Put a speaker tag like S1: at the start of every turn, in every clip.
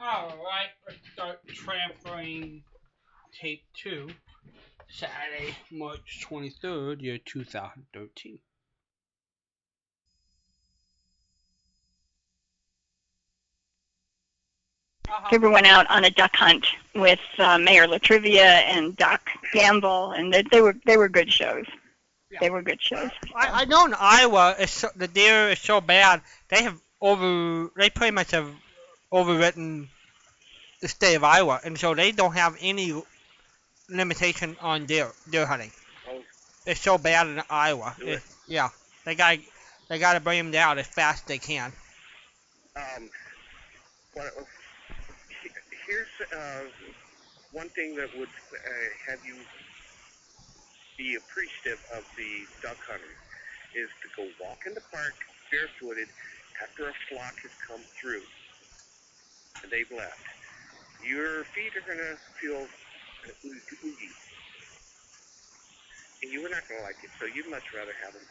S1: Alright, let's start transferring tape two. Saturday, March 23rd, year 2013. Uh-huh.
S2: Everyone out on a duck hunt with uh, Mayor Latrivia and Doc Gamble, and they, they were they were good shows. They were good shows.
S3: I, I know in Iowa, it's so, the deer is so bad. They have over, they pretty much have overwritten the state of Iowa, and so they don't have any limitation on deer deer hunting. It's so bad in Iowa.
S4: Really?
S3: It- yeah, they got they got to bring them down as fast as they can.
S4: Um, but uh, he- here's uh, one thing that would uh, have you be appreciative of the duck hunter is to go walk in the park barefooted after a flock has come through and they've left. Your feet are gonna feel oozy, oozy. and you are not gonna like it. So you'd much rather have them.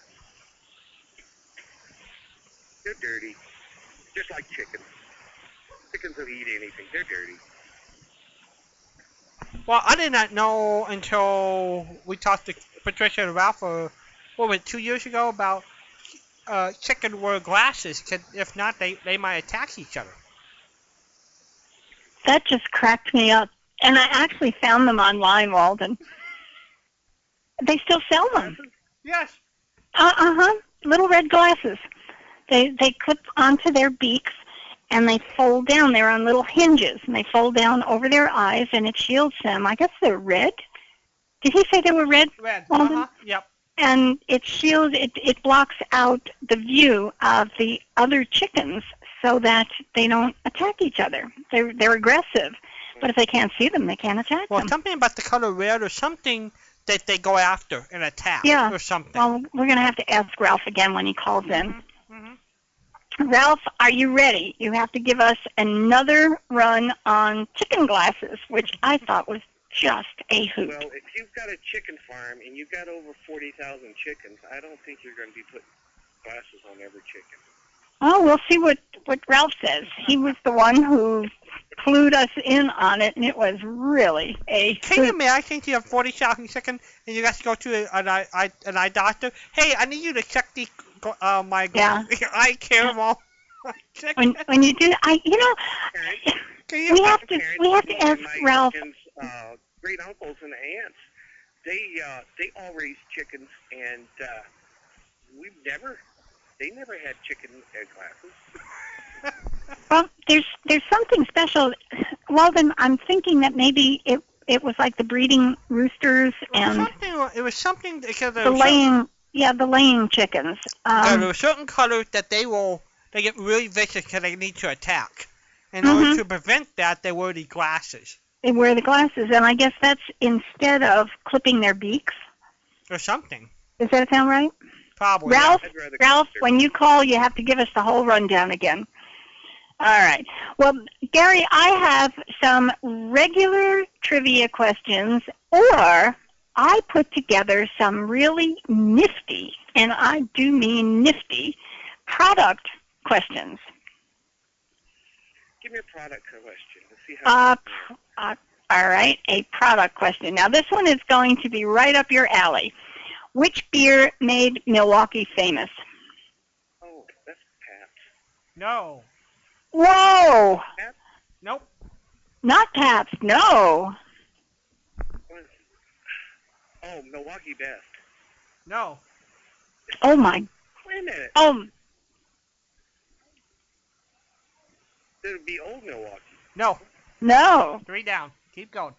S4: They're dirty, just like chickens. Chickens will eat anything. They're dirty.
S3: Well, I did not know until we talked to Patricia and Ralph, uh, what was it, two years ago, about uh, chicken wear glasses. 'cause if not, they, they might attack each other.
S2: That just cracked me up, and I actually found them online, Walden. They still sell them.
S3: Yes.
S2: Uh huh. Little red glasses. They they clip onto their beaks and they fold down. They're on little hinges and they fold down over their eyes and it shields them. I guess they're red. Did he say they were red?
S3: Red.
S2: Well, then-
S3: Uh-huh. Yep.
S2: And it shields it it blocks out the view of the other chickens so that they don't attack each other. They're they're aggressive. But if they can't see them, they can't attack
S3: Well,
S2: them.
S3: something about the color red or something that they go after and attack
S2: Yeah.
S3: or something.
S2: Well, we're going to have to ask Ralph again when he calls in.
S3: Mhm,
S2: Ralph, are you ready? You have to give us another run on chicken glasses, which I thought was just a hoot.
S4: Well, if you've got a chicken farm and you've got over 40,000 chickens, I don't think you're going to be putting glasses on every chicken.
S2: Oh, we'll see what, what Ralph says. He was the one who clued us in on it, and it was really a
S3: Can you
S2: hoot.
S3: imagine if you have 40,000 chicken and you guys go to an eye, eye, an eye doctor? Hey, I need you to check the gl- uh, my
S2: Yeah.
S3: eye care of all
S2: When,
S3: chicken.
S2: when you do, I, you know,
S4: Parents,
S3: Can
S2: we
S3: you
S2: have to
S4: parents,
S2: we have to
S4: and
S2: ask
S4: my
S2: Ralph.
S4: chickens, Uh, great uncles and aunts, they uh, they all raised chickens, and uh, we've never, they never had chicken uh, glasses.
S2: Well, there's there's something special. Well, then I'm thinking that maybe it it was like the breeding roosters and
S3: something, it was something because there
S2: the
S3: was some-
S2: laying yeah the laying chickens
S3: Uh,
S2: um
S3: there are certain colors that they will they get really vicious because they need to attack. In
S2: Mhm.
S3: order to prevent that, they wear the glasses
S2: they wear the glasses and i guess that's instead of clipping their beaks
S3: or something.
S2: does that sound right
S3: Probably.
S2: ralph
S4: I'd rather
S2: Oh, ralph
S4: consider-
S2: when you call you have to give us the whole rundown again all right well gary i have some regular trivia questions or i put together some really nifty and i do mean nifty product questions
S4: give me a product question. Let's see how.
S2: Uh, pr- uh, all right, a product question. Now, this one is going to be right up your alley. Which beer made Milwaukee famous?
S4: oh, that's Pat.
S3: No.
S2: Whoa!
S3: Nope.
S2: Not Pabst, no.
S4: What is it? Oh, Milwaukee Best.
S3: No.
S2: Oh my,
S4: Wait a minute.
S2: oh,
S4: It'll be old Milwaukee.
S3: No.
S2: no.
S3: Three down. Keep going.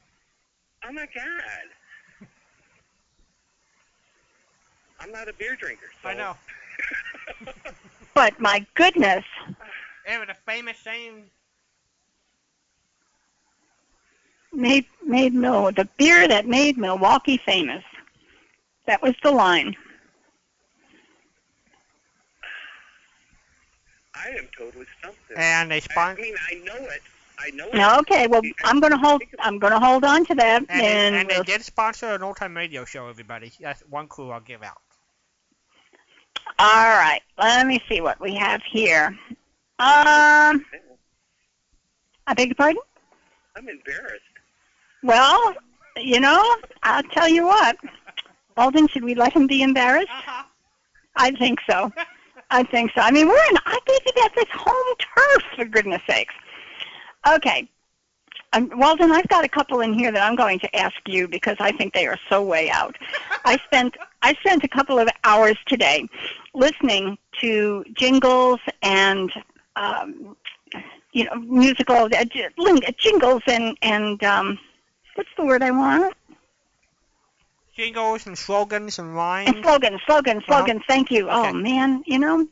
S4: Oh my god. I'm not a beer drinker. So.
S3: I know.
S2: But my goodness,
S3: It was a famous saying.
S2: made, made, no, the beer that made Milwaukee famous. That was the line.
S4: I am totally stumped. there.
S3: And they
S4: I, I
S3: spun.
S4: mean, I know it. I know it.
S2: Okay, well, I'm gonna hold, I'm gonna hold on to that
S3: And, they,
S2: and uh,
S3: and they
S2: we'll
S3: did sponsor an old-time radio show, everybody. That's one clue I'll give out.
S2: All right, let me see what we have here. Um, I beg your pardon?
S5: I'm embarrassed.
S2: Well, you know, I'll tell you what. Alden, should we let him be embarrassed?
S1: Uh-huh.
S2: I think so. I think so. I mean, we're in. I gave you that this home turf for goodness sakes. Okay, um, Walden, I've got a couple in here that I'm going to ask you because I think they are so way out. I spent I spent a couple of hours today listening to jingles and um, you know musical uh, j- ling- jingles and and um, what's the word I want?
S3: Jingles and slogans and
S2: And
S3: rhymes.
S2: slogans, slogans,
S3: Uh-huh.
S2: slogans. Thank you. Oh
S3: Okay.
S2: man, you know,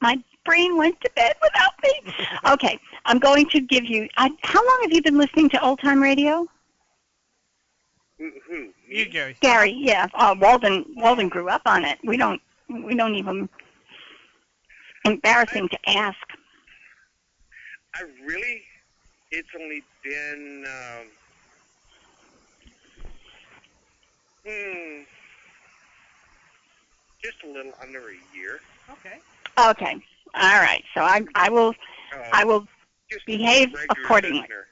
S2: my brain went to bed without me. okay, I'm going to give you. I, how long have you been listening to old time radio,
S5: Who? who me?
S3: You Gary.
S2: Gary? Yeah, uh, Walden. Walden grew up on it. We don't. We don't even. Embarrassing to ask.
S5: I really, it's only been, um, hmm, just a little under a year.
S1: Okay.
S2: Okay. All right. So I I will
S5: Um,
S2: I will
S5: just
S2: behave
S5: a regular
S2: accordingly.
S5: listener.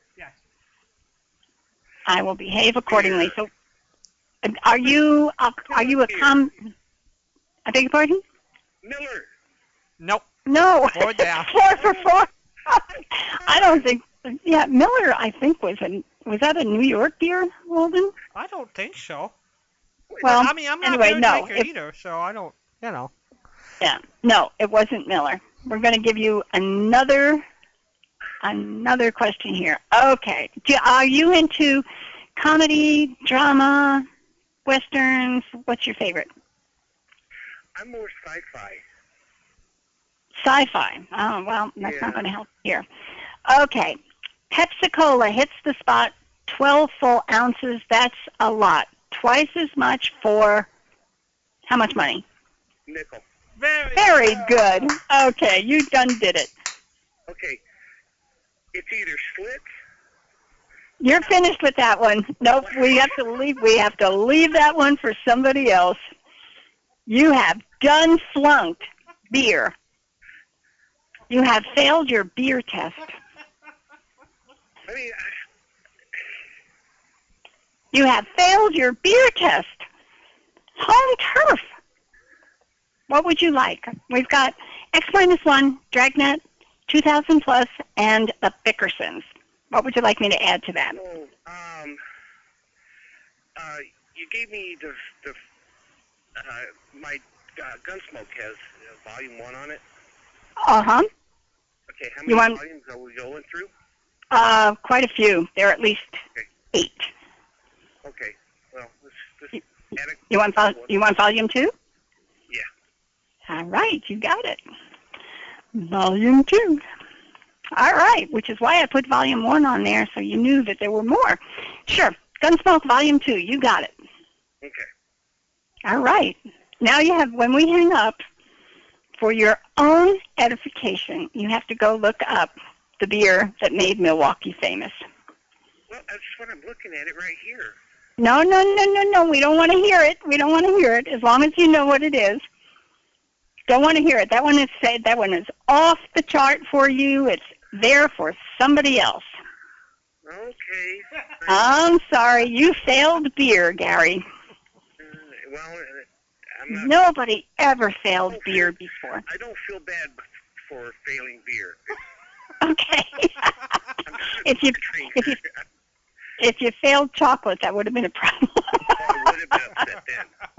S2: I will behave accordingly. So are you a, are you a com? I beg your pardon?
S5: Miller,
S3: Nope.
S2: No.
S3: Four down.
S2: four for four. I don't think. Yeah, Miller. I think was in. Was that a New York beer, Walden?
S3: I don't think so.
S2: Well,
S3: I mean, I'm not
S2: anyway,
S3: a beer
S2: no,
S3: drinker
S2: if-
S3: either, so I don't, you know.
S2: Yeah. No, it wasn't Miller. We're going to give you another another question here. Okay. Do, are you into comedy, drama, westerns? What's your favorite?
S5: I'm more sci-fi.
S2: Sci-fi. Oh well, that's
S5: Yeah.
S2: not going to help here. Okay. Pepsi Cola hits the spot. Twelve full ounces. That's a lot. Twice as much for how much money?
S5: Nickel.
S3: Very.
S2: Very good. Okay, you done did it.
S5: Okay, it's either Schlitz
S2: You're finished with that one. Nope, we have to leave. We have to leave that one for somebody else. You have done flunked beer. You have failed your beer test.
S5: I mean, I-
S2: You have failed your beer test. Home turf. What would you like? We've got X minus one, Dragnet, 2000 plus, and the Bickersons. What would you like me to add to that?
S5: so, um, uh, you gave me the, the uh, my uh, Gunsmoke has uh, volume one on it.
S2: Uh huh.
S5: Okay, how
S2: You
S5: many
S2: want-
S5: volumes are we going through?
S2: Uh, quite a few. There are at least eight.
S5: Okay, well, let's just add it.
S2: You want vol- you want volume two?
S5: Yeah.
S2: All right, you got it. Volume two. All right, which is why I put volume one on there, so you knew that there were more. Sure, Gunsmoke volume two. You got it.
S5: Okay,
S2: All right. Now you have when we hang up, for your own edification, you have to go look up the beer that made Milwaukee famous.
S5: well, that's what I'm looking at it right here.
S2: No, no, no, no, no. We don't want to hear it. We don't want to hear it. As long as you know what it is, don't want to hear it. That one is said. That one is off the chart for you. It's there for somebody else.
S5: Okay. Uh,
S2: I'm sorry, you failed beer, Gary.
S5: well, uh, I'm not.
S2: Nobody ever failed beer before.
S5: I don't feel bad for failing beer.
S2: Okay.
S5: I'm not
S2: If you-
S5: a drinker.
S2: if you- if you failed chocolate, that would have been a problem.
S5: I would have been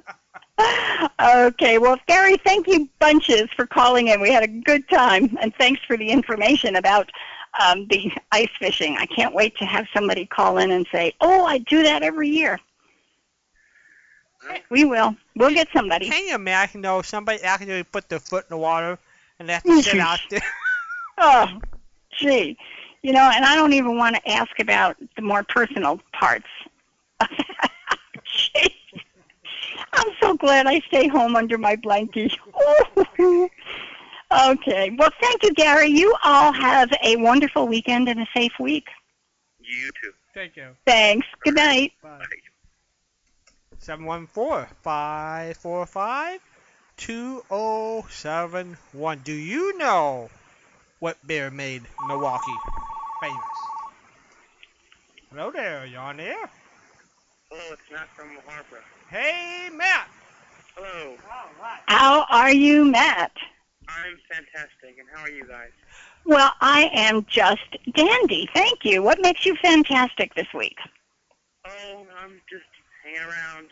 S5: upset then.
S2: okay, well, Gary, thank you bunches for calling in. We had a good time, and thanks for the information about um, the ice fishing. I can't wait to have somebody call in and say, "Oh, I do that every year." We will. We'll get somebody.
S3: Can you imagine, though, somebody actually put their foot in the water and left the shit out there?
S2: Oh, gee, you know, and I don't even want to ask about the more personal parts. Gee. I'm so glad I stay home under my blankie. okay. Well, thank you, Gary. You all have a wonderful weekend and a safe week.
S5: You too.
S1: Thank you.
S2: Thanks. Good night.
S1: Bye.
S5: Bye.
S3: 714-545-2071. oh Do you know what beer made Milwaukee famous? Hello there, you on air?
S4: Hello, Oh, it's Matt from Harper.
S3: Hey, Matt.
S4: Hello,
S2: How are you, Matt?
S4: I'm fantastic, and how are you guys?
S2: Well, I am just dandy. Thank you. What makes you fantastic this week?
S4: Oh, I'm just hanging around.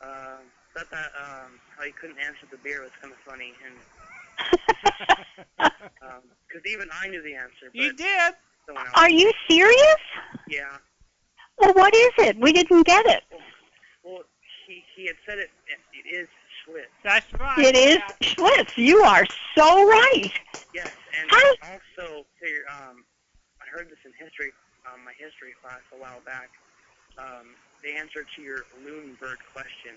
S4: Uh, thought that um, how you couldn't answer the beer was kind of funny, and because even I knew the answer, but
S3: you did.
S4: someone else.
S2: are you serious?
S4: Yeah.
S2: Well, what is it? We didn't get it.
S4: Well, he he had said it. It is Schlitz.
S3: That's right.
S2: It is
S3: Matt.
S2: Schlitz. You are so right.
S4: Yes, and
S2: Hi.
S4: also here, um, I heard this in history, um, my history class a while back. Um, the answer to your loon bird question.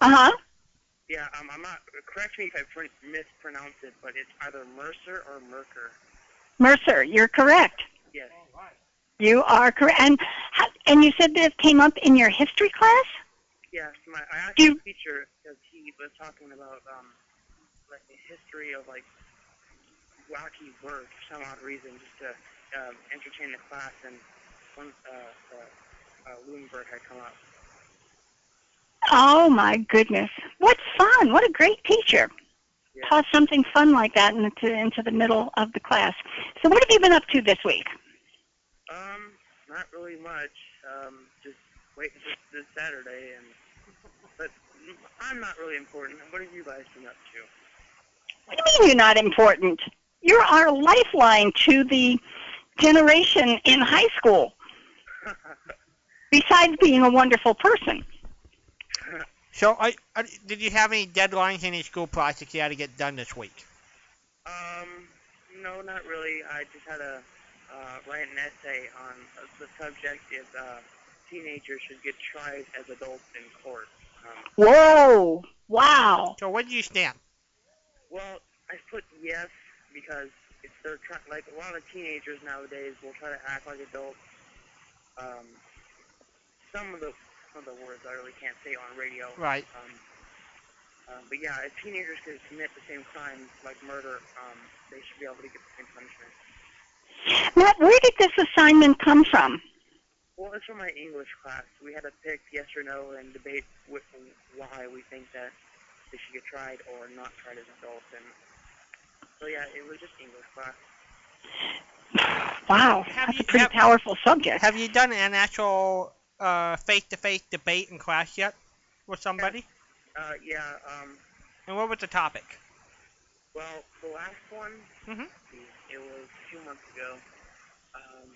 S2: Uh huh.
S4: Yeah, um, I'm not. Correct me if I pr- mispronounce it, but it's either Mercer or Merker.
S2: Mercer, you're correct.
S4: Yes.
S2: You are correct. And how- and you said this came up in your history class?
S4: Yes. My I asked
S2: Do-
S4: the teacher because he was talking about um, like the history of like wacky birds for some odd reason, just to um, entertain the class, and one uh, uh, uh, loon bird had come up.
S2: Oh my goodness. What fun. What a great teacher.
S4: Yeah.
S2: Toss something fun like that into into the middle of the class. So what have you been up to this week?
S4: Um, not really much. Um, just waiting for this Saturday, and but I'm not really important. What have you guys been up to?
S2: What do you mean you're not important? You're our lifeline to the generation in high school, besides being a wonderful person.
S3: So, I, I, did you have any deadlines, any school projects you had to get done this week?
S4: um, no, not really. I just had a uh, write an essay on uh, the subject is uh, teenagers should get tried as adults in court. Um,
S2: Whoa. Wow.
S3: So, what did you stamp?
S4: well, I put yes because if they're try- like a lot of teenagers nowadays will try to act like adults. Um, some of the some of the words I really can't say on radio.
S3: Right.
S4: Um, uh, but yeah, if teenagers could commit the same crimes like murder, um, they should be able to get the same punishment.
S2: Matt, where did this assignment come from?
S4: Well, it's from my English class. We had to pick yes or no and debate wh- why we think that they should get tried or not tried as adults. And so yeah, it was just English class.
S2: Wow.
S3: Have
S2: That's
S3: you-
S2: a pretty
S3: have-
S2: powerful subject.
S3: Have you done an actual uh, face-to-face debate in class yet with somebody?
S4: Uh, yeah. Um,
S3: And what was the topic?
S4: well, the last one,
S3: Mhm.
S4: it was a few months ago. Um,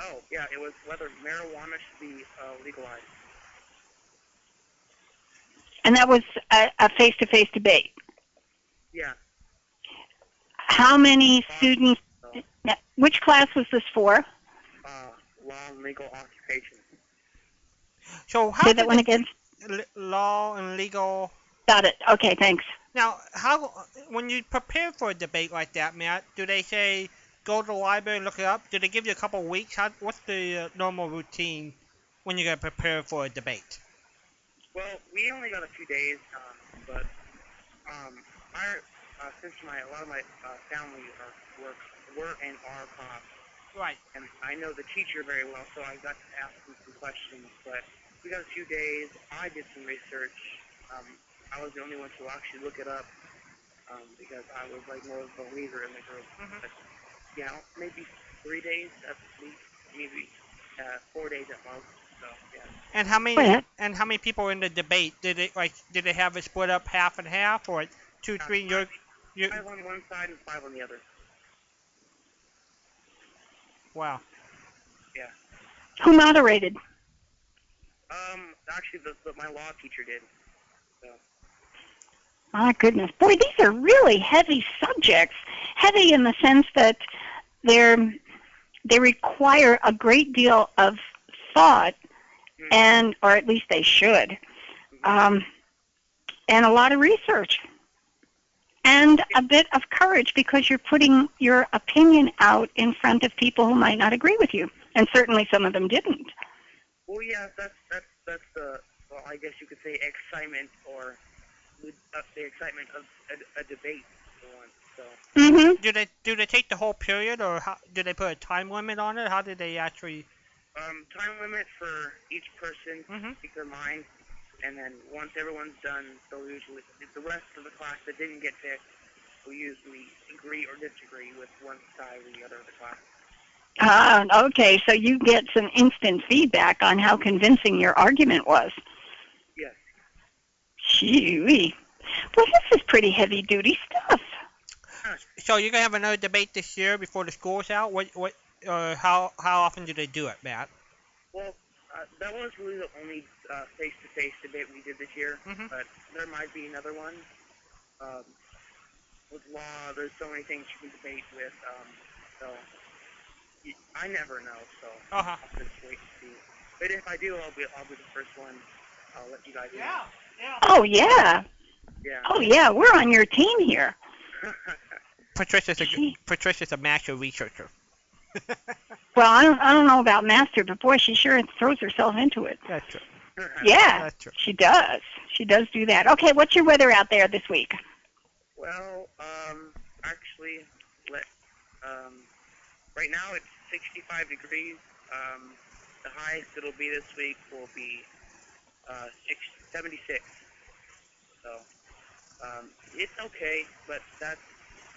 S4: oh yeah, it was whether marijuana should be uh, legalized.
S2: And that was a, a face-to-face debate.
S4: Yeah.
S2: How many students, now, which class was this for?
S4: Uh, law and legal occupation.
S3: So, how
S2: Say
S3: did
S2: that one again.
S3: the l- law and legal
S2: Got it. Okay, thanks.
S3: Now, how when you prepare for a debate like that, Matt, do they say go to the library and look it up? Do they give you a couple of weeks? How, what's the uh, normal routine when you're going to prepare for a debate?
S4: Well, we only got a few days, um, but um, our uh, since my a lot of my uh, family are work were and are cops,
S3: Right.
S4: and I know the teacher very well, so I got to ask him some questions. But we got a few days. I did some research. Um, I was the only one to actually look it up um, because I was like more of a leader in the group.
S3: Mhm.
S4: But you know, maybe three days at least, maybe uh, four days at most. So yeah.
S3: And how many
S2: Go ahead.
S3: and how many people were in the debate? Did it like did they have it split up half and half or two
S4: Uh,
S3: three? Your, your,
S4: Five on one side and five on the other.
S3: wow.
S2: Who moderated?
S4: Um, actually, the, the, my law teacher did.
S2: My goodness. Boy, these are really heavy subjects. Heavy in the sense that they're they require a great deal of thought and or at least they should. Um, and a lot of research. And a bit of courage because you're putting your opinion out in front of people who might not agree with you. And certainly some of them didn't.
S4: Well, yeah, that's that's that's the well, I guess you could say excitement or the- uh, the excitement of a, a debate for once. So
S2: Mm-hmm.
S3: Do they do they take the whole period or how, do they put a time limit on it? How did they actually
S4: um, time limit for each person
S3: Mm-hmm.
S4: speak their mind, and then once everyone's done, they'll usually the rest of the class that didn't get picked will usually agree or disagree with one side or the other of the class.
S2: Ah, okay, so you get some instant feedback on how convincing your argument was.
S4: Yes.
S2: Gee, well, this is pretty heavy duty stuff.
S3: So you're gonna have another debate this year before the school's out. What what? Uh, how how often do they do it, Matt?
S4: Well, uh, that was really the only uh, face-to-face debate we did this year,
S3: Mhm.
S4: but there might be another one. Um, with law, there's so many things you can debate with, um, so y- I never know. So
S3: Uh huh.
S4: I'll just wait and see. But if I do, I'll be I'll be the first one. I'll let you guys
S1: Yeah, yeah.
S2: Oh, yeah.
S4: know. Yeah.
S2: Oh, yeah, we're on your team here.
S3: Patricia's a
S2: Gee.
S3: Patricia's a master researcher.
S2: Well, I don't, I don't know about Master, but boy, she sure throws herself into it.
S3: That's true.
S2: Yeah,
S3: That's true.
S2: she does. She does do that. Okay, what's your weather out there this week?
S4: Well, um, actually, let um, right now it's 65 degrees. Um, the highest it'll be this week will be uh, six, 76. So um, it's okay, but that's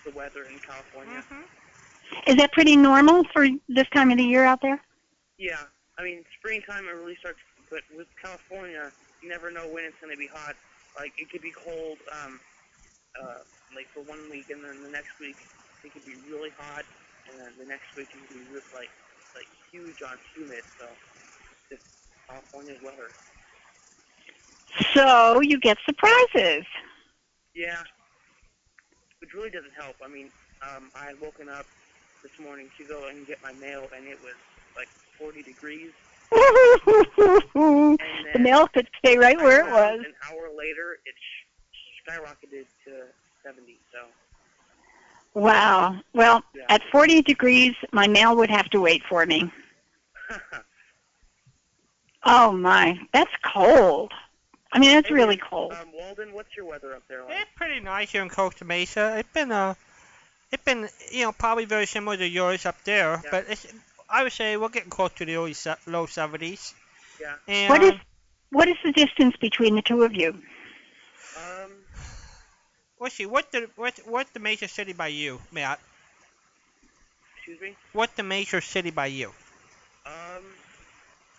S4: the weather in California.
S2: Is that pretty normal for this time of the year out there?
S4: Yeah, I mean springtime it really starts, but with California, you never know when it's going to be hot. Like it could be cold, um, uh, like for one week, and then the next week it could be really hot, and then the next week it could be just like like huge on humid. So just California's weather.
S2: So you get surprises.
S4: Yeah, which really doesn't help. I mean, um, I had woken up this morning to go and get my mail, and it was like 40 degrees.
S2: the
S4: And then
S2: mail could stay right where it
S4: Around
S2: was.
S4: An hour later, it sh- skyrocketed to 70. So
S2: Wow. Well,
S4: yeah.
S2: at 40 degrees, my mail would have to wait for me. Oh my, that's cold. I mean, that's
S4: Hey,
S2: really
S4: Lynn,
S2: cold.
S4: Um, Walden, what's your weather up there like?
S3: It's pretty nice here in Costa Mesa. It's been uh it's been you know probably very similar to yours up there,
S4: Yeah.
S3: but it's I would say we're getting close to the early se- low 70s.
S4: Yeah.
S3: And um,
S2: What is what is the distance between the two of you?
S4: Um,
S3: what's she? What the what what's the major city by you, Matt?
S4: excuse me.
S3: What the major city by you?
S4: Um,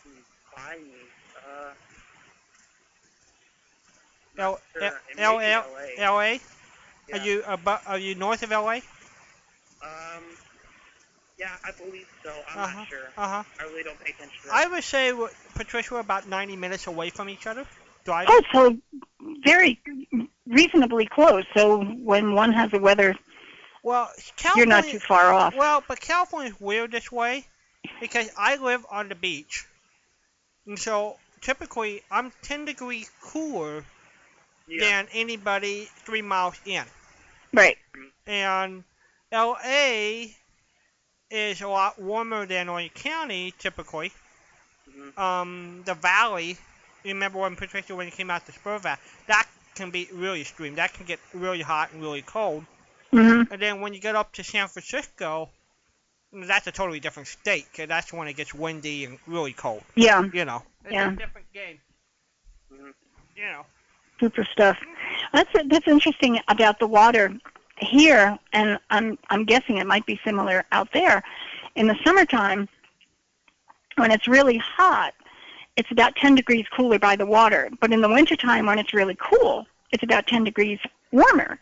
S4: hmm, by me. Uh,
S3: L
S4: sure,
S3: L
S4: it may be
S3: L L
S4: LA.
S3: L A.
S4: Yeah.
S3: Are you abo Are you north of L A?
S4: Um, yeah, I believe so. I'm
S3: Uh-huh.
S4: not sure.
S3: Uh huh.
S4: I really don't pay attention to that.
S3: I would say we're- Patricia we're about 90 minutes away from each other driving.
S2: Oh, so very reasonably close. So when one has the weather,
S3: Well, California.
S2: you're not too far off.
S3: Well, but California's weird this way because I live on the beach. And so typically I'm 10 degrees cooler
S4: yeah.
S3: than anybody three miles in.
S2: Right.
S3: And LA is a lot warmer than Orange County typically.
S4: Mhm.
S3: Um, the valley, you remember when Patricia when it came out the Spur Valley, that can be really extreme. That can get really hot and really cold.
S2: hmm
S3: And then when you get up to San Francisco, that's a totally different state, 'cause that's when it gets windy and really cold.
S2: Yeah.
S3: You know. It's
S2: Yeah.
S3: a different game.
S4: Mhm.
S3: You know.
S2: Super stuff. That's that's interesting about the water here, and I'm I'm guessing it might be similar out there. In the summertime, when it's really hot, it's about 10 degrees cooler by the water. But in the wintertime, when it's really cool, it's about 10 degrees warmer.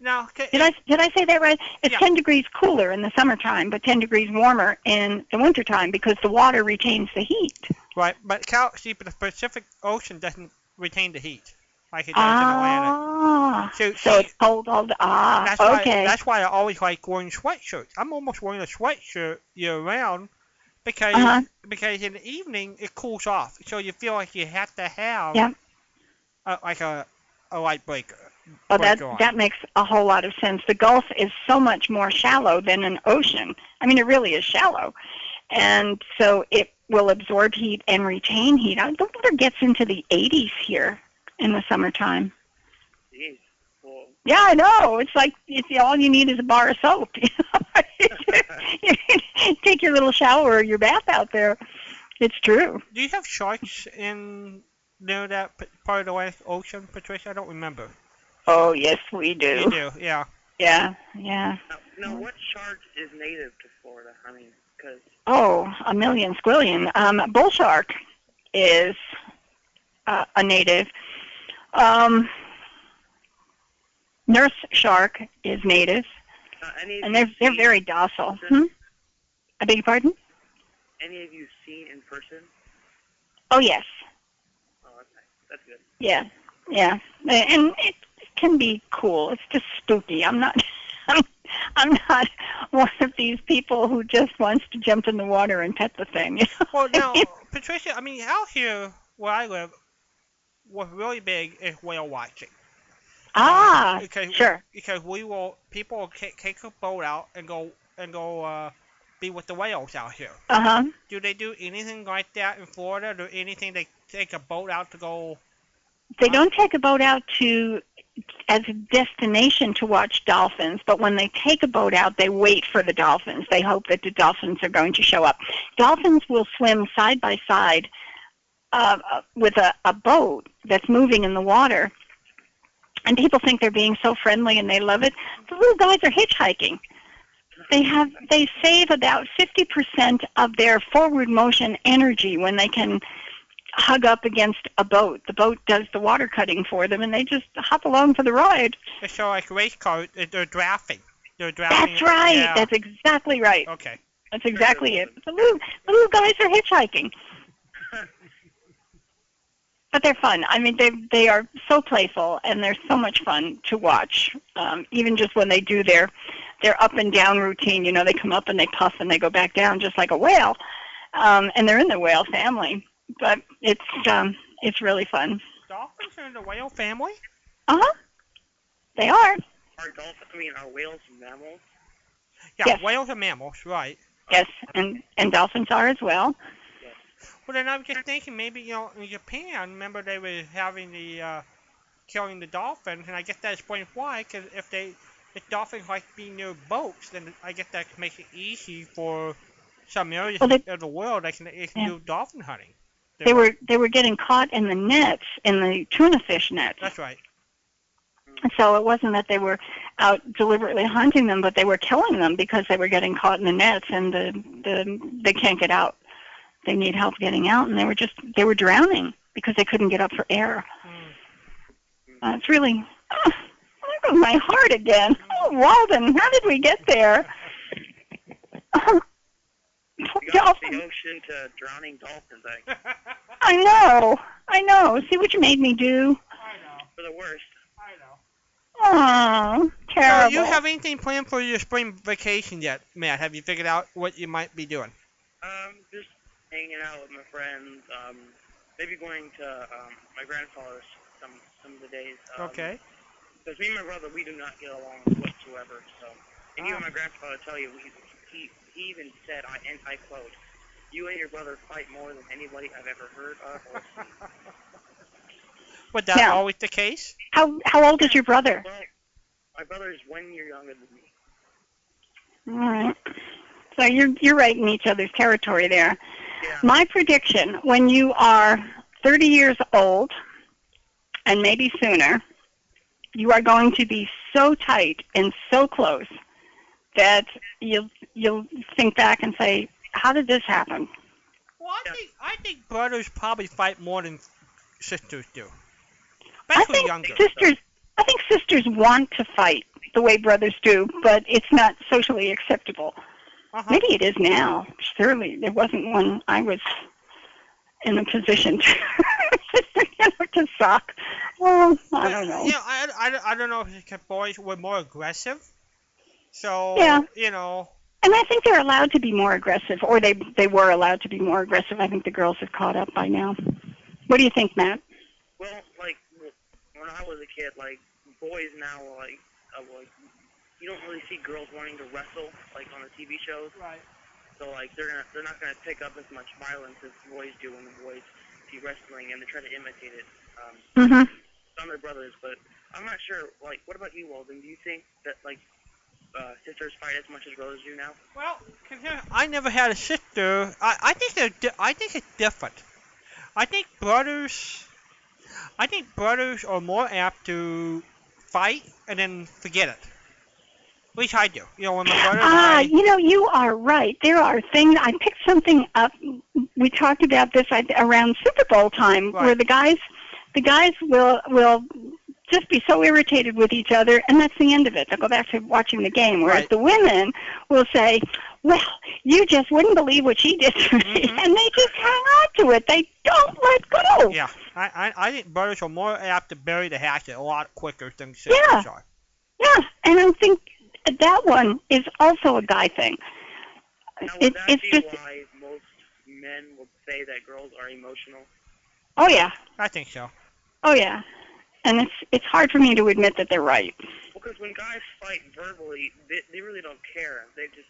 S3: Now, 'ca-
S2: Did I did I say that right? It's
S3: Yeah.
S2: 10 degrees cooler in the summertime, but 10 degrees warmer in the wintertime because the water retains the heat.
S3: right, but Cal, see, but the Pacific Ocean doesn't retain the heat like it does
S2: Ah,
S3: in Atlantic. So,
S2: Oh, so it's cold all the ah.
S3: that's
S2: okay.
S3: why that's why I always like wearing sweatshirts. I'm almost wearing a sweatshirt year round because
S2: Uh-huh.
S3: because in the evening it cools off, so you feel like you have to have
S2: Yeah.
S3: a, like a a light breaker.
S2: Well,
S3: breaker
S2: that
S3: on.
S2: Oh, that makes a whole lot of sense. The Gulf is so much more shallow than an ocean. I mean, it really is shallow, and so it will absorb heat and retain heat. I don't think it gets into the 80s here in the summertime.
S4: Jeez. Well,
S2: Yeah, I know. It's like it's all you need is a bar of soap. You know? take your little shower or your bath out there. It's true.
S3: Do you have sharks in near that p- part of the Atlantic Ocean, Patricia? I don't remember.
S2: Oh yes, we
S3: You do, yeah.
S2: Yeah, yeah.
S4: Now, now
S2: Mm.
S4: what shark is native to Florida? I mean, because
S2: Oh, a million squillion. Um, bull shark is uh, a native. Um, nurse shark is native,
S4: uh, any of
S2: and
S4: you
S2: they're they're
S4: seen-
S2: very docile. Hmm? I beg your pardon?
S4: Any of you seen in person?
S2: Oh yes,
S4: Oh, that's nice. That's good.
S2: yeah, yeah. And it can be cool. It's just spooky. I'm not. I'm, I'm not one of these people who just wants to jump in the water and pet the thing. You know?
S3: Well, now, Patricia, I mean, out here where I live, what's really big is whale watching.
S2: ah,
S3: Because,
S2: sure.
S3: Because we will, people will ca- take a boat out and go and go uh, be with the whales out here.
S2: Uh huh.
S3: Do they do anything like that in Florida? Do anything they take a boat out to go?
S2: They don't take a boat out to as a destination to watch dolphins, but when they take a boat out, they wait for the dolphins. They hope that the dolphins are going to show up. Dolphins will swim side by side uh, uh, with a, a boat that's moving in the water, and people think they're being so friendly and they love it. The little guys are hitchhiking. They have they save about 50% of their forward motion energy when they can hug up against a boat. The boat does the water cutting for them, and they just hop along for the ride.
S3: It's so like race cars. uh, They're drafting. They're drafting.
S2: That's right.
S3: Yeah. Oh,
S2: That's exactly right.
S3: okay.
S2: That's exactly it. The little, the little guys are hitchhiking. But they're fun. I mean, they they are so playful, and they're so much fun to watch. Um, even just when they do their their up and down routine, you know, they come up and they puff and they go back down, just like a whale. Um, and they're in the whale family, but it's um, it's really fun.
S3: Dolphins are in the whale family.
S2: Uh huh. They are.
S4: Are dolphins? I mean, are whales mammals?
S3: Yeah,
S2: Yes.
S3: whales are mammals, right?
S2: Yes, and and dolphins are as well.
S3: Well, then I was just thinking maybe, you know, in Japan, remember they were having the, uh, killing the dolphins, and I guess that explains why, because if they, if dolphins like being near boats, then I guess that makes it easy for some areas
S2: Well, they-
S3: of the world that can, they can
S2: Yeah.
S3: do dolphin hunting.
S2: They were they were getting caught in the nets in the tuna fish nets.
S3: That's right.
S2: So it wasn't that they were out deliberately hunting them, but they were killing them because they were getting caught in the nets and the the they can't get out. They need help getting out, and they were just they were drowning because they couldn't get up for air.
S3: Mm. Hmm.
S2: Uh, it's really oh, there goes my heart again. Oh, Walden, how did we get there? Oh, poor
S4: We got
S2: dolphin.
S4: the ocean to drowning dolphins. I
S3: I
S2: I know. I know. See what you made me do?
S3: know,
S4: for the worst.
S3: I know.
S2: Oh,
S3: Now,
S2: terrible.
S3: do you have anything planned for your spring vacation yet, Matt? Have you figured out what you might be doing?
S4: Um, just hanging out with my friends. Um, maybe going to um, my grandfather's some some of the days. Um,
S3: Okay.
S4: Because me and my brother, we do not get along whatsoever. So, and you and my grandfather tell you, he, he, he even said, I, and I quote, you and your brother fight more than anybody I've ever heard of. Or seen."
S3: Was that
S2: Now-
S3: always the case?
S2: how how old is your brother?
S4: well, my brother is one year younger than me.
S2: All right. So you're you're right in each other's territory there.
S4: Yeah.
S2: My prediction: when you are 30 years old, and maybe sooner, you are going to be so tight and so close that you'll you'll think back and say, "How did this happen?"
S3: Well, I
S4: Yeah.
S3: think I think brothers probably fight more than sisters do.
S2: I
S3: Especially
S2: think
S3: younger.
S2: sisters. I think sisters want to fight the way brothers do, but it's not socially acceptable.
S3: Uh-huh.
S2: Maybe it is now. Surely there wasn't one I was in a position to, you know, to sock. Well, I don't know.
S3: You know, I, I, I don't know if it's 'cause boys were more aggressive. So
S2: Yeah.
S3: you know,
S2: And I think they're allowed to be more aggressive, or they they were allowed to be more aggressive. I think the girls have caught up by now. What do you think, Matt?
S4: Well, like w- when I was a kid, like boys now are like, uh, like you don't really see girls wanting to wrestle like on the TV shows.
S1: Right.
S4: So like they're gonna, they're not gonna pick up as much violence as boys do when the boys see wrestling and they try to imitate it. Um,
S2: Mm-hmm.
S4: some of their brothers, but I'm not sure. Like, what about you, Walden? Do you think that like uh, sisters fight as much as brothers do now?
S3: Well, consider- I never had a sister. I, I think they're di- I think it's different. I think brothers. I think brothers are more apt to fight and then forget it. At least I do. You know, when my brother and
S2: Ah,
S3: I-
S2: you know, you are right. There are things. I picked something up. We talked about this I- around Super Bowl time, where
S3: Right.
S2: the guys, the guys will will just be so irritated with each other, and that's the end of it. They'll go back to watching the game. Whereas
S3: Right.
S2: the women will say, "Well, you just wouldn't believe what she did to me,"
S4: Mm-hmm.
S3: Mhm.
S2: and they just hang on to it. They don't let go.
S3: yeah, I, I, I think brothers are more apt to bury the hatchet a lot quicker than sisters
S2: Yeah.
S3: are.
S2: Yeah, and I think that one is also a guy thing.
S4: Now, would
S2: It,
S4: that
S2: it's
S4: be
S2: just,
S4: why most men would say that girls are emotional?
S2: oh yeah,
S3: I think so.
S2: oh yeah, and it's it's hard for me to admit that they're right.
S4: Because when guys fight verbally, they, they really don't care. They just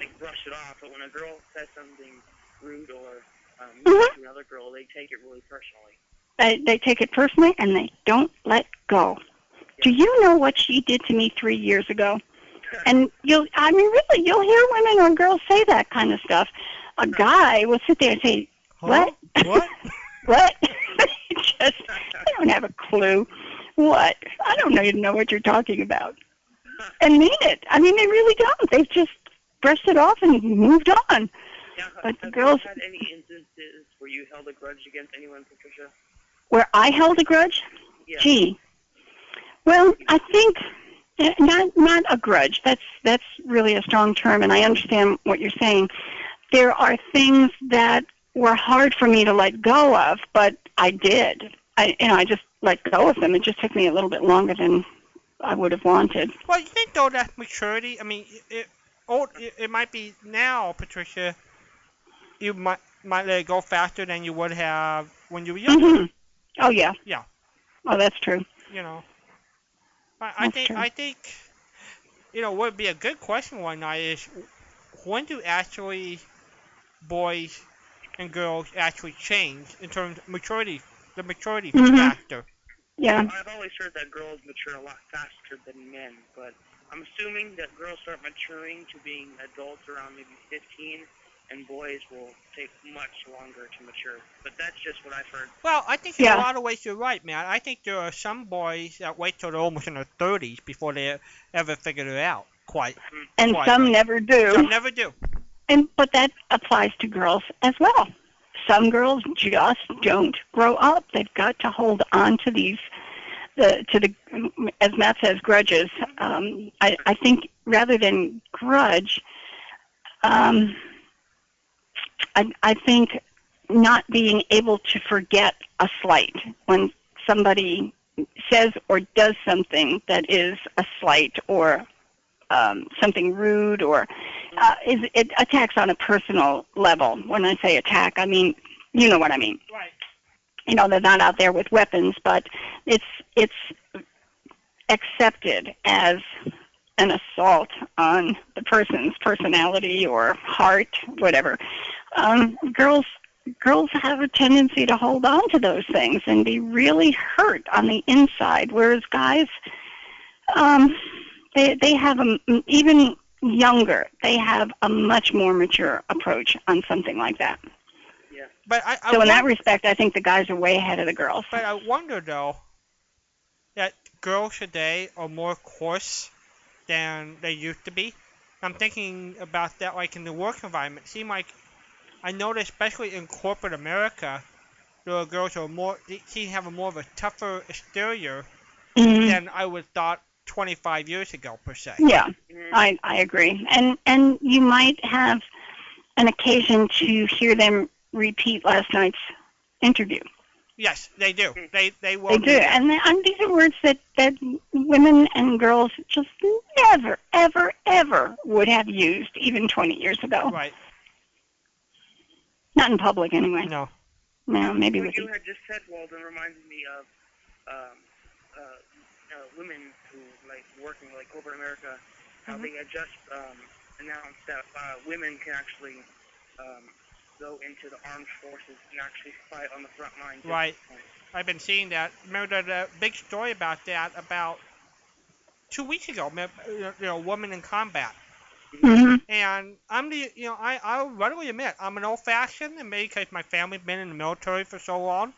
S4: like brush it off. But when a girl says something rude or um, mean
S2: Mhm.
S4: to another girl, they take it really personally.
S2: They they take it personally and they don't let go. Do you know what she did to me three years ago? And you'll I mean really you'll hear women or girls say that kind of stuff. A guy will sit there and say,
S3: Huh?
S2: What?
S3: What?
S2: What? just I don't have a clue. What? I don't even know what you're talking about. And mean it. I mean they really don't. They've just brushed it off and moved on.
S4: Now,
S2: But the
S4: have
S2: girls-
S4: you had any instances where you held a grudge against anyone, Patricia?
S2: Where I held a grudge,
S4: Yeah.
S2: Gee, well, I think eh, not not a grudge. That's that's really a strong term, and I understand what you're saying. There are things that were hard for me to let go of, but I did. I you know I just let go of them. It just took me a little bit longer than I would have wanted.
S3: Well, you think though that's maturity? I mean, it, old, it, it might be now, Patricia. You might might let it go faster than you would have when you were younger.
S2: hmm Oh yeah.
S3: Yeah.
S2: Oh, that's true.
S3: You know, I, I
S2: That's
S3: think
S2: true.
S3: I think you know what would be a good question one night is when do actually boys and girls actually change in terms of maturity, the maturity
S2: Mhm.
S3: factor.
S2: Yeah.
S4: I've always heard that girls mature a lot faster than men, but I'm assuming that girls start maturing to being adults around maybe 15, and boys will take much longer to mature. But that's just what I've heard.
S3: Well, I think in
S2: Yeah.
S3: a lot of ways you're right, man. I think there are some boys that wait till they're almost in their 30s before they ever figure it out quite.
S2: And
S3: Quite
S2: some
S3: right.
S2: never do.
S3: Some never do.
S2: And but that applies to girls as well. Some girls just don't grow up. They've got to hold on to these, the to the as Matt says, grudges. Um, I, I think rather than grudge, um, I, I think not being able to forget a slight when somebody says or does something that is a slight or um, something rude or uh, is it attacks on a personal level. When I say attack, I mean you know what I mean.
S1: Right.
S2: You know they're not out there with weapons, but it's it's accepted as an assault on the person's personality or heart, whatever. Um, girls girls have a tendency to hold on to those things and be really hurt on the inside, whereas guys. Um, they, they have a, m- even younger, they have a much more mature approach on something like that.
S3: But I, I
S2: So in
S3: wonder-
S2: that respect, I think the guys are way ahead of the girls.
S3: But I wonder though that girls today are more coarse than they used to be. I'm thinking about that like in the work environment. Seem like I notice especially in corporate America, the girls are more they seem to have a more of a tougher exterior
S2: Mhm.
S3: than I would thought 25 years ago per se.
S2: Yeah,
S4: Mm-hmm.
S2: I I agree. And and you might have an occasion to hear them repeat last night's interview.
S3: Yes, they do. They they will.
S2: They do, and, they- and these are words that that women and girls just never, ever, ever would have used even 20 years ago.
S3: Right.
S2: Not in public, anyway.
S3: No.
S2: No, maybe
S4: what
S2: with
S4: you
S2: the
S4: had just said, Walden, reminded me of um, uh, uh, women who like working like corporate America, how
S3: Mhm.
S4: they had just um, announced that uh, women can actually um, go into the armed forces and actually fight on the front lines.
S3: Right. I've been seeing that. Remember the big story about that about two weeks ago, ma- you know, woman in combat.
S2: hmm
S3: And I'm the, you know, I, I'll readily admit, I'm an old fashioned, and maybe because my family's been in the military for so long,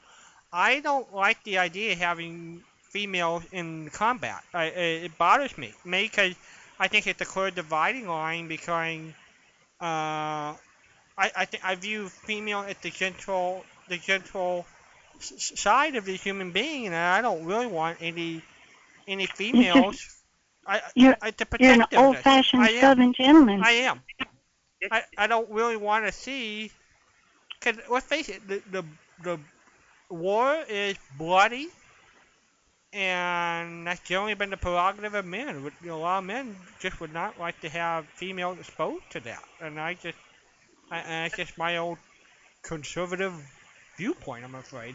S3: I don't like the idea of having females in combat. I, it, it bothers me. Maybe because I think it's a clear dividing line between, uh, I, I, th- I view female as the gentle, the gentle s- s- side of the human being, and I don't really want any, any females. I,
S2: You're-
S3: I, to
S2: You're an
S3: protect them.
S2: old-fashioned
S3: I am.
S2: Southern gentleman.
S3: I am. I, I don't really want to see. Cause let's face it, the, the the war is bloody, and that's generally been the prerogative of men. With- you know, A lot of men just would not like to have females exposed to that, and I just, I, and that's just my old conservative viewpoint. I'm afraid.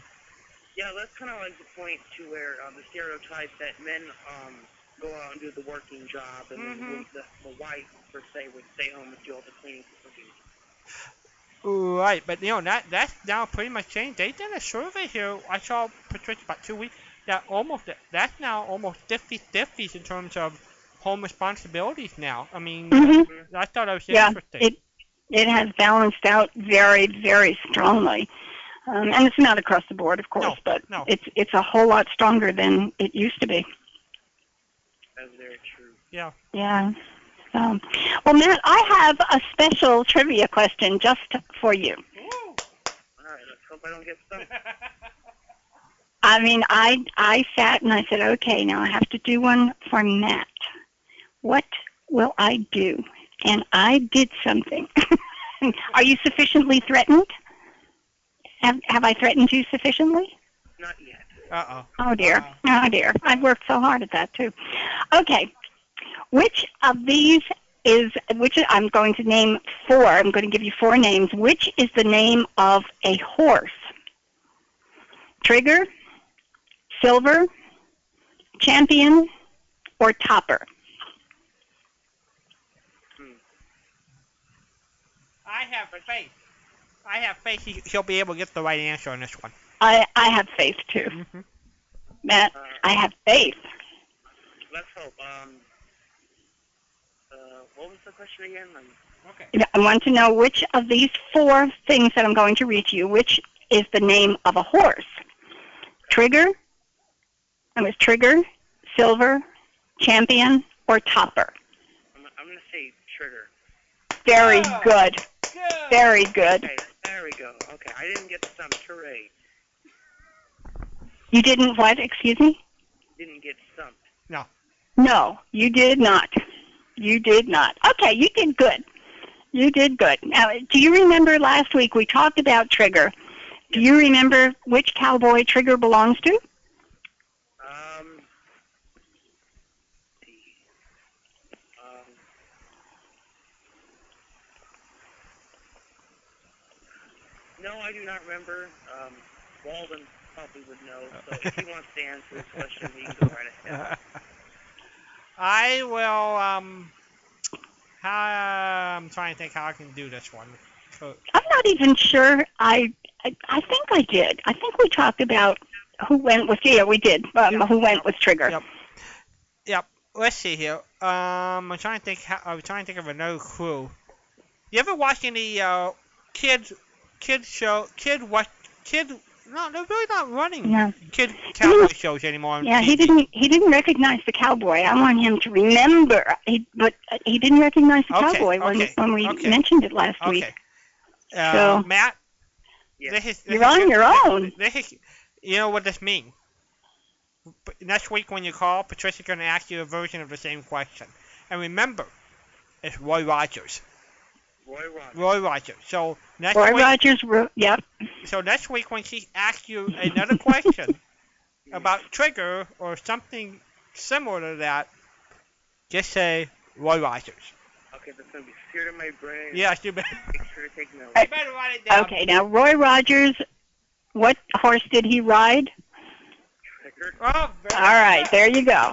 S4: Yeah, that's kind of like the point to where uh, the stereotype that men um, go out and do the working job, and then
S3: Mhm.
S4: the, the wife per se would stay home and do all the cleaning for you.
S3: Right, but you know that that's now pretty much changed. They did a survey here. I saw Patricia about two weeks. That almost that's now almost 50-50 in terms of home responsibilities now. I mean,
S2: hmm
S3: I thought that was
S2: Yeah,
S3: interesting.
S2: it it has balanced out very, very strongly, um, and it's not across the board, of course,
S3: No,
S2: but
S3: no.
S2: it's it's a whole lot stronger than it used to be.
S4: That's very true.
S3: yeah.
S2: Yeah. Um, well, Matt, I have a special trivia question just for you.
S4: All right, let's hope I don't get stuck.
S2: I mean, I I sat and I said, okay, now I have to do one for Matt. What will I do? And I did something. Are you sufficiently threatened? Have, have I threatened you sufficiently?
S4: Not yet.
S3: Uh
S2: Oh dear. Oh dear. I've worked so hard at that too. Okay. Which of these is which I'm going to name four. I'm going to give you four names. Which is the name of a horse? Trigger, Silver, Champion, or Topper?
S3: I have faith. I have faith he, he'll be able to get the right answer on this one.
S2: I I have faith too.
S3: Mm-hmm.
S2: Matt,
S4: Uh,
S2: I have faith.
S4: let's hope. Um, uh, what was the question again? Um,
S1: Okay.
S2: I want to know which of these four things that I'm going to read to you, which is the name of a horse? Trigger, I was Trigger, Silver, Champion, or Topper?
S4: I'm, I'm gonna say trigger.
S2: Very
S1: Oh.
S2: good,
S1: Good.
S2: very good.
S4: Okay, there we go. Okay, I didn't get the sound. Hooray!
S2: You didn't what, excuse me?
S4: Didn't get stumped.
S2: No, you did not. You did not. Okay, you did good. You did good. Now, do you remember last week we talked about Trigger? Do you remember which cowboy Trigger belongs to?
S4: Um, the, um, no, I do not remember. Um, Walden probably would know. So if he wants to answer this question, he can go right ahead.
S3: I will. Um, how, I'm trying to think how I can do this one. Co-
S2: I'm not even sure. I, I I think I did. I think we talked about who went with yeah, we did. Um, Who went with Trigger?
S3: Yep. let's see here. Um, I'm trying to think. How, I'm trying to think of another clue. You ever watch any uh kids kids show kid what kid? No, they're really not running
S2: No.
S3: kid cowboy shows anymore. on
S2: Yeah, he
S3: TV.
S2: didn't. He didn't recognize the cowboy. I want him to remember. He, but uh, he didn't recognize the
S3: Okay,
S2: cowboy when,
S3: okay,
S2: when we
S3: okay.
S2: mentioned it last week.
S3: Okay. Uh,
S2: So-
S3: Matt,
S4: Yeah.
S3: this is, this
S2: You're
S3: is
S2: on
S3: good-
S2: your own.
S3: This is, you know what this means. P- Next week when you call, Patricia's going to ask you a version of the same question. And remember, it's Roy Rogers.
S4: Roy Rogers.
S3: Roy Rogers. So next
S2: Roy
S3: week,
S2: Rogers. wrote- Yep.
S3: So next week when she asks you another question about trigger or something similar to that, just say Roy Rogers.
S4: Okay, that's gonna be seared in my brain.
S3: Yes, you better,
S4: Make sure to take notes.
S2: Uh,
S3: you better write it down.
S2: Okay. Now Roy Rogers. What horse did he ride?
S4: Trigger.
S3: Oh, very
S2: All right. There you go.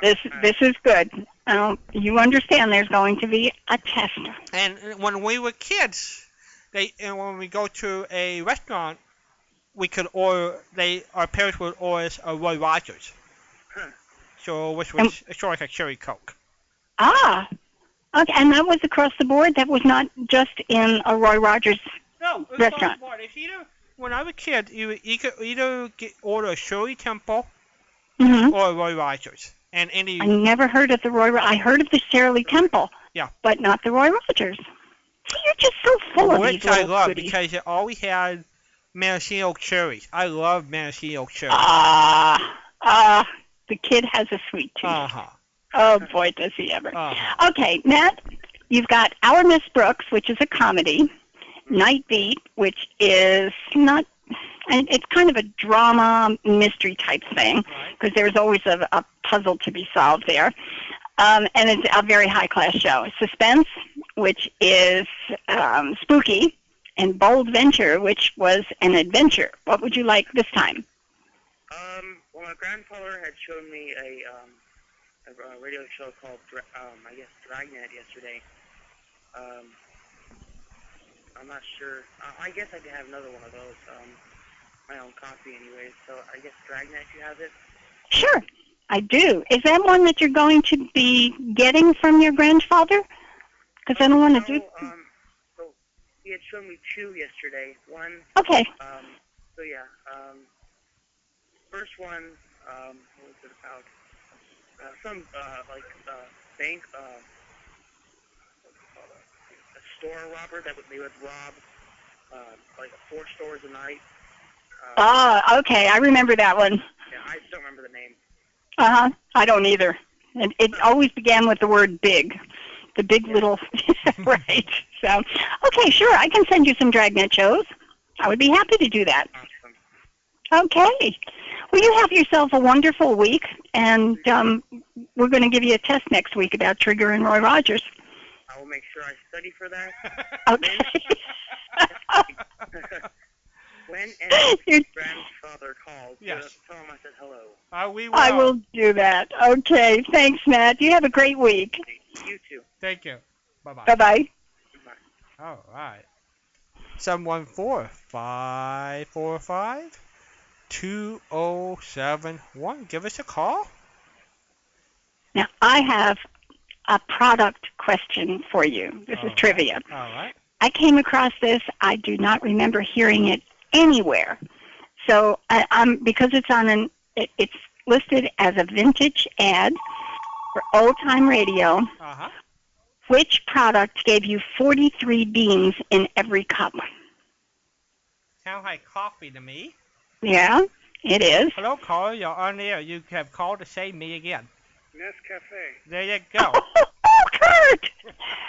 S2: This this is good. Um, you understand? There's going to be a test.
S3: And when we were kids, they and when we go to a restaurant, Hmm. we could order they our parents would order us a Roy Rogers. So which
S2: Um,
S3: was sort of like a cherry coke.
S2: Ah, okay, and that was across the board. That was not just in a Roy Rogers.
S3: No, it was
S2: Restaurant.
S3: What? It's either when I was a kid, you would- you could either get order a Shirley Temple
S2: hmm
S3: or a Roy Rogers, and any
S2: I never heard of the Roy. Ro- I heard of the Shirley Temple.
S3: Yeah.
S2: But not the Roy Rogers. See, you're just so full of
S3: which
S2: these
S3: I
S2: little
S3: love
S2: goodies.
S3: because it always had maraschino cherries. I love maraschino cherries.
S2: Ah, ah, the kid has a sweet tooth.
S3: Uh huh.
S2: Oh boy, does he ever.
S3: Uh-huh.
S2: Okay, Matt, you've got Our Miss Brooks, which is a comedy, Night Beat, which is not, and it's kind of a drama mystery type thing,
S1: Right.
S2: because there's always a, a puzzle to be solved there. Um, and it's a very high class show. Suspense, which is um, spooky, and Bold Venture, which was an adventure. What would you like this time?
S4: Um, well, my grandfather had shown me a um, a, a radio show called Dra- um, I guess Dragnet yesterday. Um, I'm not sure. I, I guess I could have another one of those. Um, my own copy, anyway. So I guess Dragnet, you have it.
S2: Sure, I do. Is that one that you're going to be getting from your grandfather? Because I don't want to do.
S4: No, Um, so he had shown me two yesterday. One
S2: Okay,
S4: Um, so yeah, um, first one, um, what was it about? Uh, some uh, like uh, bank, uh, what's it called? A- a store robber that would they would rob uh, like four stores a night. Uh,
S2: ah, okay, I remember that one.
S4: yeah, I don't remember the name.
S2: Uh huh. I don't either. It, it always began with the word "big," the big little. right. So, okay, sure. I can send you some dragnet shows. I would be happy to do that.
S4: Awesome.
S2: Okay. Well, you have yourself a wonderful week, and um, we're going to give you a test next week about Trigger and Roy Rogers.
S4: I will make sure I study for that.
S2: Okay.
S4: when and
S2: You're-
S4: grandfather calls,
S3: Yes.
S4: just tell him I said hello.
S3: Uh, we will.
S2: I will do that. Okay. Thanks, Matt. You have a great week.
S4: You too.
S3: Thank you. Bye bye.
S2: Bye bye.
S4: Goodbye.
S3: All right. 714-545-2071. Give us a call.
S2: Now, I have a product question for you. This is
S3: Alright.
S2: trivia.
S3: All right.
S2: I came across this. I do not remember hearing it anywhere. So I, I'm because it's on an it, it's listed as a vintage ad for old time radio.
S3: Uh-huh.
S2: Which product gave you 43 beans in every cup?
S3: Sounds like coffee to me.
S2: Yeah, it is.
S3: Hello, caller. You're on the air. You have called to save me again.
S5: Nescafe.
S3: There you go.
S2: Oh, Kurt!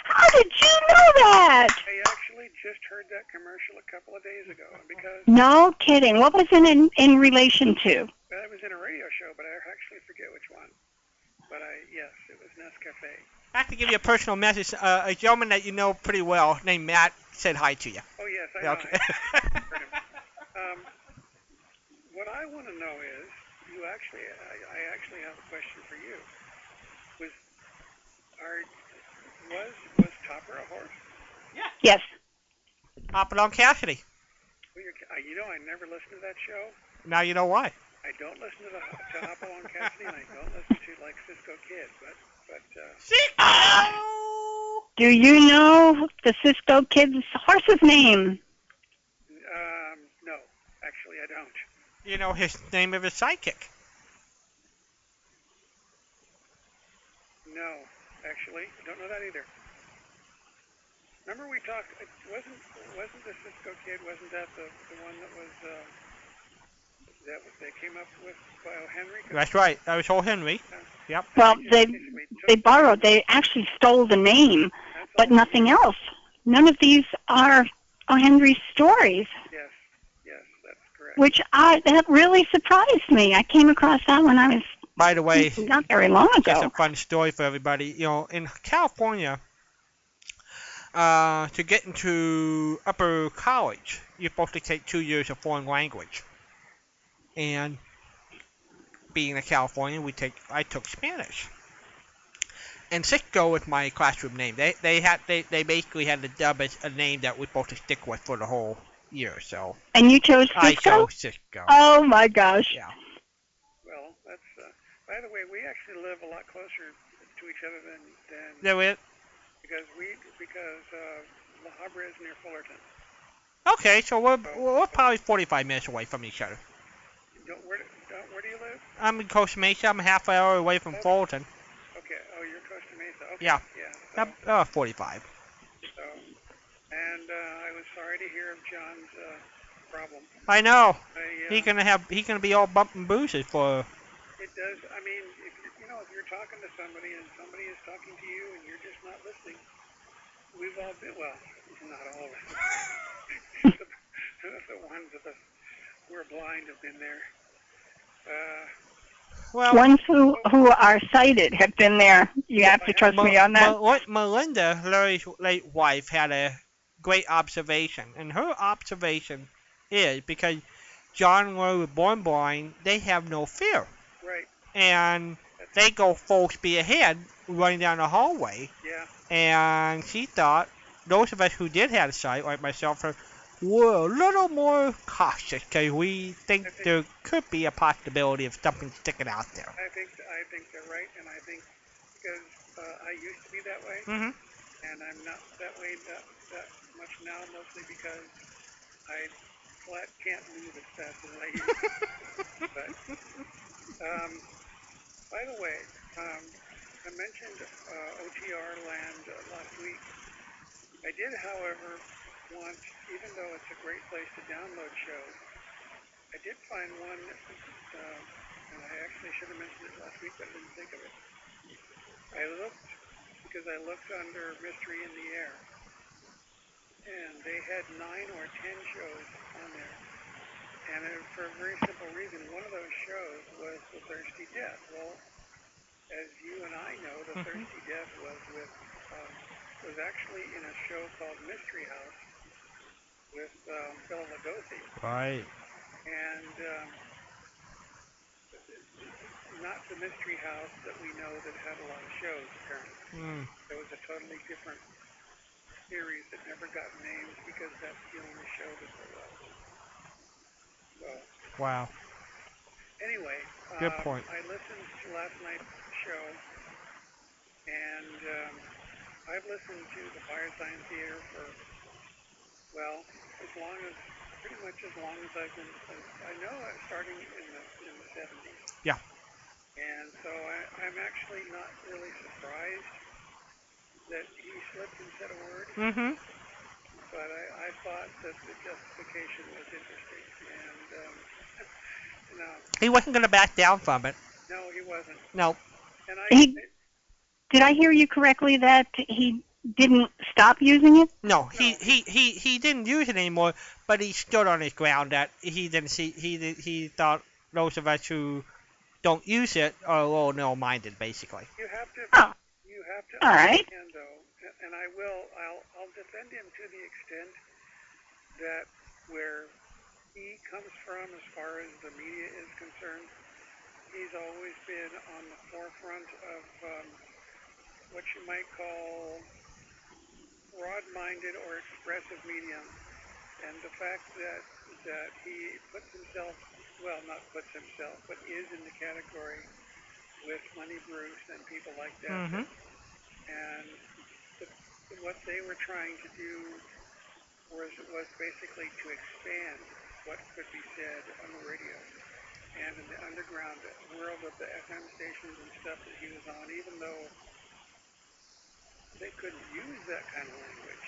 S2: How did you know that?
S5: I actually just heard that commercial a couple of days ago because
S2: No kidding. What was it in, in relation to?
S5: that was in a radio show, but I actually forget which one. But I yes, it was Nescafe.
S3: I have to give you a personal message. Uh, a gentleman that you know pretty well named Matt said hi to you.
S5: Oh yes, I know.
S3: Okay.
S5: Um, what I want to know is, you actually, I, I actually have a question for you. Was, are, was, was Topper a horse?
S2: Yes.
S3: Hop on Cassidy.
S5: Well, you're, uh, you know, I never listened to that show.
S3: Now you know why.
S5: I don't listen to the to Hopalong Cassidy, and I don't listen to like Cisco Kid. But, but uh,
S2: Do you know the Cisco Kid's horse's name?
S5: um, no, actually, I don't.
S3: You know his name of his sidekick.
S5: No, actually, I don't know that either. Remember we talked? It wasn't wasn't the Cisco kid? Wasn't that the, the one that was uh, that was, they came up with Bio Henry? 'Cause
S3: That's right. That was Old Henry. Yep.
S2: Well, they
S5: basically took-
S2: they borrowed. They actually stole the name,
S5: that's
S2: but
S5: all-
S2: nothing else. None of these are O. Henry's stories,
S5: Yes, yes, that's correct.
S2: which I that really surprised me. I came across that when I was
S3: By the way,
S2: not very long
S3: just a
S2: ago.
S3: fun story for everybody. You know, in California, uh, to get into upper college, you're supposed to take two years of foreign language. And being a Californian, we take I took Spanish. And Cisco was my classroom name. They they had they, they basically had to dub as a name that we're supposed to stick with for the whole year. So
S2: And you chose
S3: I
S2: Cisco.
S3: chose Cisco.
S2: Oh my gosh!
S3: Yeah.
S5: Well, that's uh, I By the way, we actually live a lot closer to each other than, than
S3: That we
S5: because we because uh, La Habra is near Fullerton.
S3: okay. So we're we're probably 45 minutes away from each other.
S5: Don't, where, don't, where do you live?
S3: I'm in Costa Mesa. I'm a half hour away from Fullerton.
S5: Okay. Oh, you're Costa Mesa. Okay.
S3: Yeah.
S5: Yeah. So,
S3: Ab- Uh, 45.
S5: so, and uh, I was sorry to hear of John's uh, problem.
S3: I know.
S5: I, uh,
S3: He gonna have he gonna be all bump and bruises for.
S5: It does. I mean, if you you know, if you're talking to somebody and somebody is talking to you and you're just not listening, we've all been well, not all of us. the ones that us who are blind have been there. Uh,
S3: Well,
S2: Ones who who are sighted have been there. You have to trust
S3: Mel-
S2: me on that.
S3: Mel- what Melinda, Larry's late wife, had a great observation, and her observation is because John and Larry were born blind, they have no fear,
S5: right.
S3: and they go full speed ahead, running down the hallway.
S5: Yeah.
S3: And she thought those of us who did have sight, like myself, her, were a little more cautious because we think there could be a possibility of something sticking out there.
S5: I think I think they're right, and I think because uh, I used to be that way,
S3: Mm-hmm.
S5: and I'm not that way that that much now, mostly because I flat can't move as fast as I used to. but, um, by the way, um, I mentioned uh, OTR land uh, last week. I did, however, want, even though it's a great place to download shows, I did find one, uh, and I actually should have mentioned it last week, but I didn't think of it. I looked because I looked under Mystery in the Air, and they had nine or ten shows on there. And it, for a very simple reason, one of those shows was The Thirsty Death. Well, as you and I know, The
S3: Mhm.
S5: Thirsty Death was with um, was actually in a show called Mystery House with um, Bela Lugosi
S3: Right.
S5: and um, not the mystery house that we know that had a lot of shows. Apparently,
S3: Mm.
S5: there was a totally different series that never got named because that's the only show that there was. So
S3: Wow.
S5: anyway,
S3: Good
S5: um,
S3: point.
S5: I listened to last night's show, and um, I've listened to the Firesign Theater for well, as long as pretty much as long as I've been. I know I'm starting in the in the 70s.
S3: Yeah.
S5: And so I, I'm actually not really surprised that he slipped and said a word
S3: Mm-hmm.
S5: but I, I thought that the justification was interesting, and um, no,
S3: He wasn't gonna back down from it.
S5: no, he wasn't.
S3: No.
S5: And I,
S2: He- Did I hear you correctly that he didn't stop using it?
S3: No, he, he, he, he didn't use it anymore, but he stood on his ground that he didn't see he did, he thought those of us who don't use it are a little narrow minded basically.
S5: you have to,
S2: Oh.
S5: you have to
S2: All right.
S5: understand though, a- and I will, I'll, I'll defend him to the extent that where he comes from, as far as the media is concerned, he's always been on the forefront of um, what you might call broad-minded or expressive medium. and the fact that that he puts himself well not puts himself but is in the category with Money Bruce and people like that
S3: Mhm.
S5: and the, what they were trying to do was was basically to expand what could be said on the radio and in the underground world of the FM stations and stuff that he was on even though they couldn't use that kind of language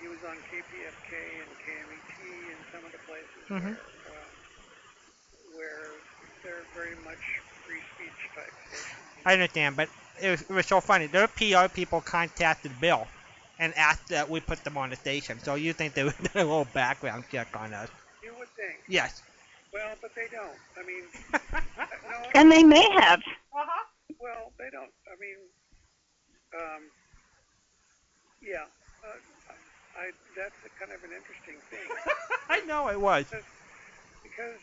S5: he was on KPFK and KMET and some of the places
S3: Mhm.
S5: where, uh, where they're very much free speech type stations.
S3: I understand, but it was, it was so funny. Their PR people contacted Bill and asked that we put them on the station. So you think they would do a little background check on us.
S5: You would think.
S3: Yes.
S5: Well, but they don't. I mean, no,
S2: And they may have.
S5: well, they don't. I mean, um, yeah, uh, I, that's a kind of an interesting thing.
S3: I know it was.
S5: because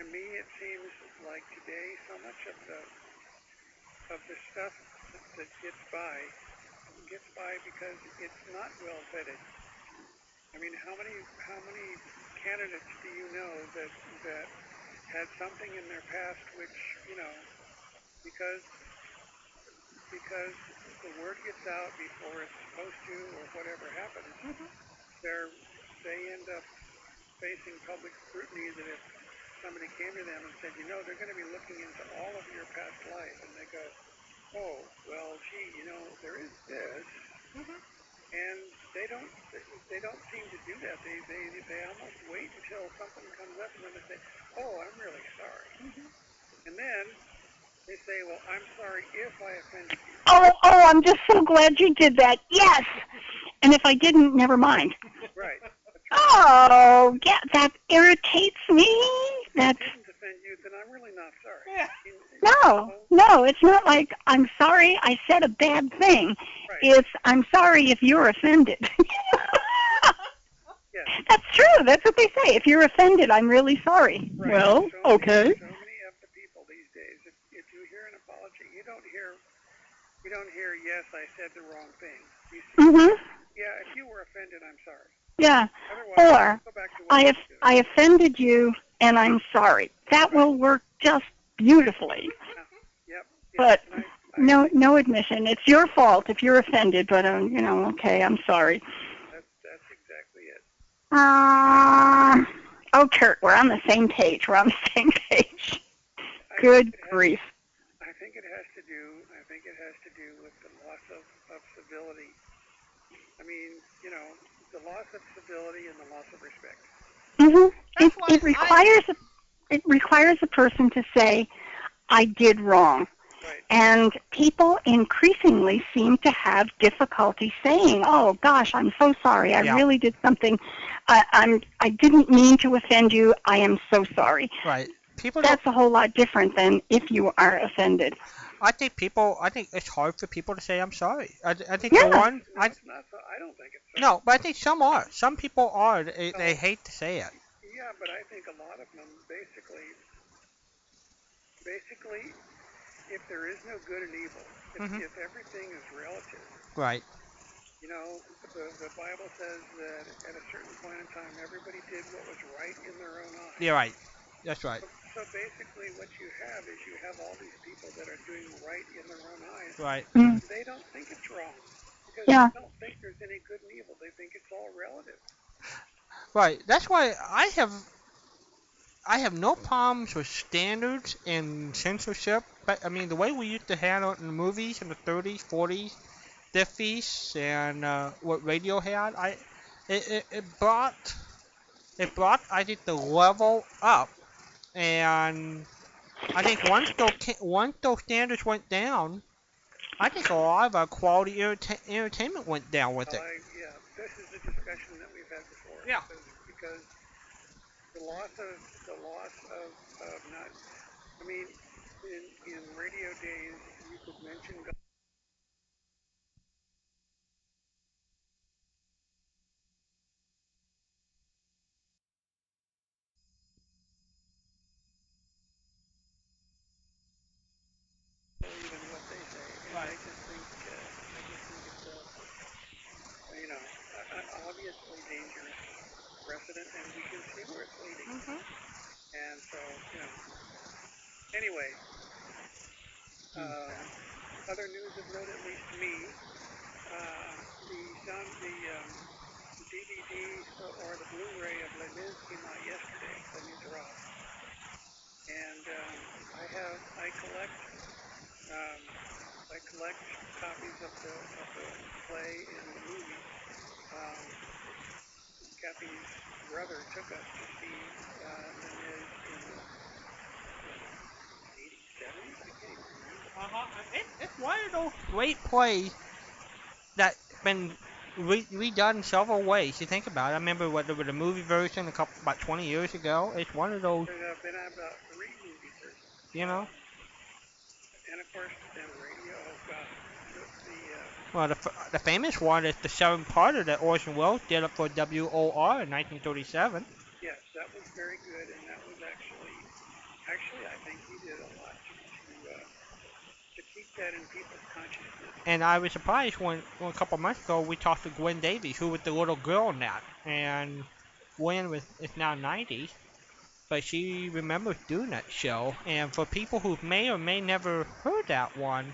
S5: to me it seems like today so much of the of the stuff that, that gets by gets by because it's not well vetted. I mean, how many how many candidates do you know that that had something in their past which you know because because the word gets out before it's supposed to or whatever happens, they're they end up facing public scrutiny that if somebody came to them and said, you know, they're going to be looking into all of your past life, and they go, oh, well, gee, you know, there is this, and they don't they, they don't seem to do that. They they they almost wait until something comes up and then they say, oh, I'm really sorry, and then they say, well, I'm sorry if I offended you.
S2: Oh, oh, I'm just so glad you did that. Yes. And if I didn't, never mind.
S5: Right. That's right.
S2: Oh, yeah, that irritates me.
S5: If I
S2: That's
S5: didn't offend you, then I'm really not sorry.
S1: Yeah.
S5: You- you
S2: no,
S5: know,
S2: no, it's not like I'm sorry I said a bad thing.
S5: Right.
S2: It's I'm sorry if you're offended.
S5: Yes.
S2: That's true. That's what they say. If you're offended, I'm really sorry.
S5: Right.
S2: Well,
S5: So many-
S2: okay.
S5: So many of the people these days, if, if you hear an apology, you don't hear, you don't hear, yes, I said the wrong thing. You say,
S2: Mhm.
S5: yeah, if you were offended, I'm sorry.
S2: Yeah.
S5: Otherwise, go back to what
S2: I
S5: you
S2: have,
S5: were doing.
S2: I offended you and I'm sorry. That will work just beautifully.
S5: Yep. yes,
S2: but
S5: and I- I-
S2: No, no admission. It's your fault if you're offended, but um, you know, okay, I'm sorry.
S5: That's, that's exactly it.
S2: Uh, oh, Kurt, we're on the same page. We're on the same page.
S5: I
S2: Good
S5: think it has-
S2: grief.
S5: I think it has to do. I think it has to do with the loss of, of civility. I mean, you know, the loss of civility and the loss of respect.
S2: hmm It,
S6: That's why
S2: it
S6: I-
S2: requires a, it requires a person to say, "I did wrong,"
S5: Right.
S2: and people increasingly seem to have difficulty saying, "Oh gosh, I'm so sorry. I
S3: Yeah.
S2: really did something. I, I'm I didn't mean to offend you. I am so sorry."
S3: Right. People don't.
S2: That's a whole lot different than if you are offended.
S3: I think people. I think it's hard for people to say I'm sorry. I, I think
S2: Yeah.
S3: the one.
S5: No,
S3: I
S5: it's not. So, I don't think it's. so.
S3: no, but I think some are. Some people are. They, they hate to say it.
S5: Yeah, but I think a lot of them basically, basically, if there is no good and evil, if,
S3: Mhm.
S5: if everything is relative,
S3: Right.
S5: you know, the, the Bible says that at a certain point in time, everybody did what was right in their own eyes.
S3: You're right. That's right.
S5: So, so basically, what you have is you have all these people that are doing right in their own eyes.
S3: Right.
S5: They don't think it's wrong because
S2: Yeah.
S5: they don't think there's any good and evil. They think it's all relative.
S3: Right. That's why I have I have no problems with standards and censorship. But I mean, the way we used to handle it in the movies in the 30s, 40s, 50s, and uh, what radio had, I it, it, it brought it brought I think the level up, and I think once those ca- once those standards went down, I think a lot of our quality enterta- entertainment went down with it.
S5: I, yeah, this is a discussion that we've had before.
S3: Yeah.
S5: because- Because the loss of, the loss of, of not, I mean, in, in radio days, you could mention God. Even what they say, and I
S1: Right.
S5: just think, uh, I just think it's, uh, you know, a- an obviously dangerous precedent, and we can see where it's leading.
S2: Mm-hmm.
S6: Mm-hmm.
S5: And so, you know, anyway, um, other news of note, at least to me, uh, the John, the um, DVD or the Blu-ray of Les Mis came out yesterday, Les Miserables. And um, I have, I collect, um, I collect copies of the, of the play and the movie. Um, Kathy's brother took us to see uh, Les Mis in '87. I can't even remember.
S3: Uh-huh. It, it's one of those great plays that's been re- redone several ways. You think about it. I remember what there was a movie version a couple about 20 years ago. It's one of those,
S5: There have been about three movies, or-
S3: you know.
S5: and of course, then radio. Oh God, the, the uh,
S3: Well, the, f- the famous one is the seven parter that Orson Welles did up for WOR in 1937.
S5: yes, that was very good, and that was actually, actually, I think he did a lot to to, uh, to keep that in people's consciousness.
S3: And I was surprised when, when a couple months ago we talked to Gwen Davies, who was the little girl in that. And Gwen was, is now 90. but she remembers doing that show. And for people who may or may never heard that one,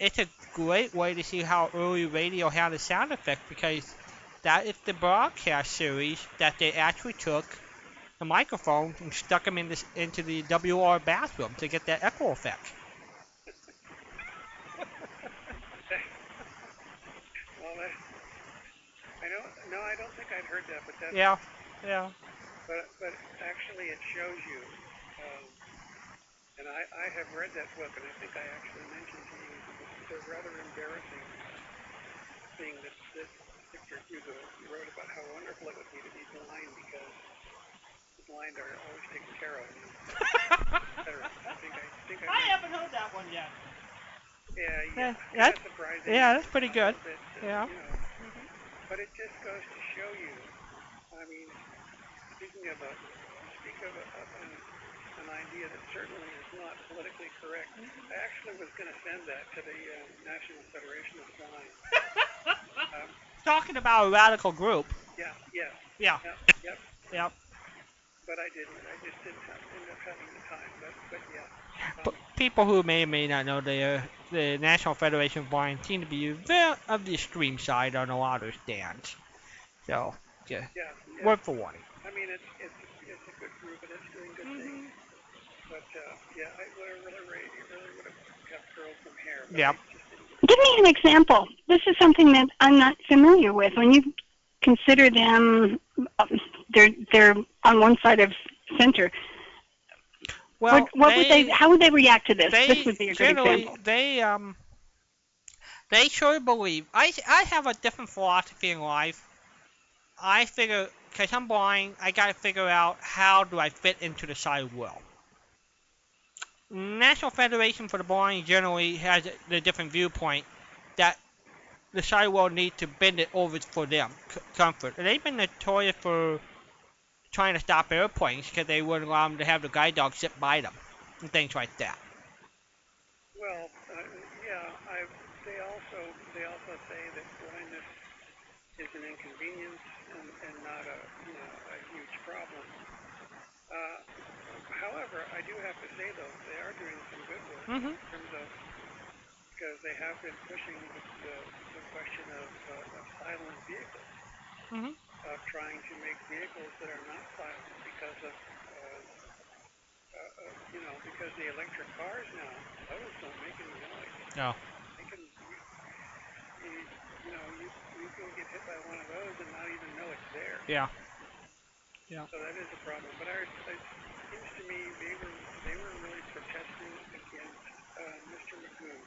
S3: it's a great way to see how early radio had a sound effect because that is the broadcast series that they actually took the microphones and stuck them in this, into the WR bathroom to get that echo effect.
S5: Well, that, I don't. No, I don't think I've heard that, but that.
S3: Yeah, yeah.
S5: But but actually, it shows you. Um, and I, I have read that book, and I think I actually mentioned to you the, the rather embarrassing thing that, that Victor Hugo wrote about how wonderful it would be to be blind because the blind are always taken care of. And et cetera. I think I think I.
S1: I haven't heard that one yet.
S5: Yeah,
S3: Yeah,
S5: yeah.
S3: that-
S5: surprising.
S3: yeah, that's pretty good.
S5: That, uh,
S3: Yeah.
S5: You know, But it just goes to show you. I mean, speaking of a speak of, a, of an, an idea that certainly is not politically correct. I actually was going to send that to the uh, National Federation of Blind. um,
S3: Talking about a radical group.
S5: yeah, yeah,
S3: Yeah,
S5: yeah, yep.
S3: yeah.
S5: But I didn't. I just didn't have, end up having the time. But but yeah.
S3: P- people who may or may not know the the National Federation of Blind seem to be very of the extreme side on a lot of stands. So, yeah,
S5: Yeah. yeah.
S3: worth for warning.
S5: I mean, it's it's it's a good group and it's doing good things. But uh, yeah, I would have really, really, really would have kept curls from hair. But
S3: Yep.
S5: I just didn't.
S2: Give me an example. This is something that I'm not familiar with. When you consider them, um, they're they're on one side of center.
S3: Well,
S2: what what would they? How would they react to this?
S3: they
S2: This would be a good
S3: generally
S2: example.
S3: they um they sure believe I I have a different philosophy in life. I figure because I'm blind, I gotta figure out how do I fit into the side world. National Federation for the Blind generally has the different viewpoint that the side world needs to bend it over for them c- comfort. And they've been notorious for trying to stop airplanes because they wouldn't allow them to have the guide dog sit by them and things like that.
S5: Well, uh, yeah, I, they also they also say that blindness is an inconvenience and, and not a you know a huge problem. Uh, however, I do have to say though they are doing some good work
S3: Mhm.
S5: in terms of because they have been pushing the, the, the question of, uh, of silent vehicles,
S3: Mhm.
S5: of trying to make vehicles that are not silent because of uh, uh, uh, you know, because the electric cars now, those don't make any noise.
S3: No.
S5: They can, you, you, you know, you, you can get hit by one of those and not even know it's there.
S3: Yeah.
S5: So that is a problem. But I, it seems to me they were they were really protesting against uh, Mr. Magoo.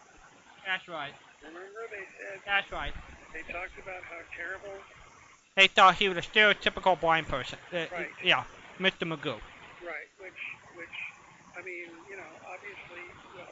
S1: That's right.
S5: Remember they said
S1: That's right.
S5: they talked about how terrible.
S3: They thought he was a stereotypical blind person. Uh,
S5: Right.
S3: Yeah, Mr. Magoo.
S5: Right, which, which, I mean, you know, obviously, well,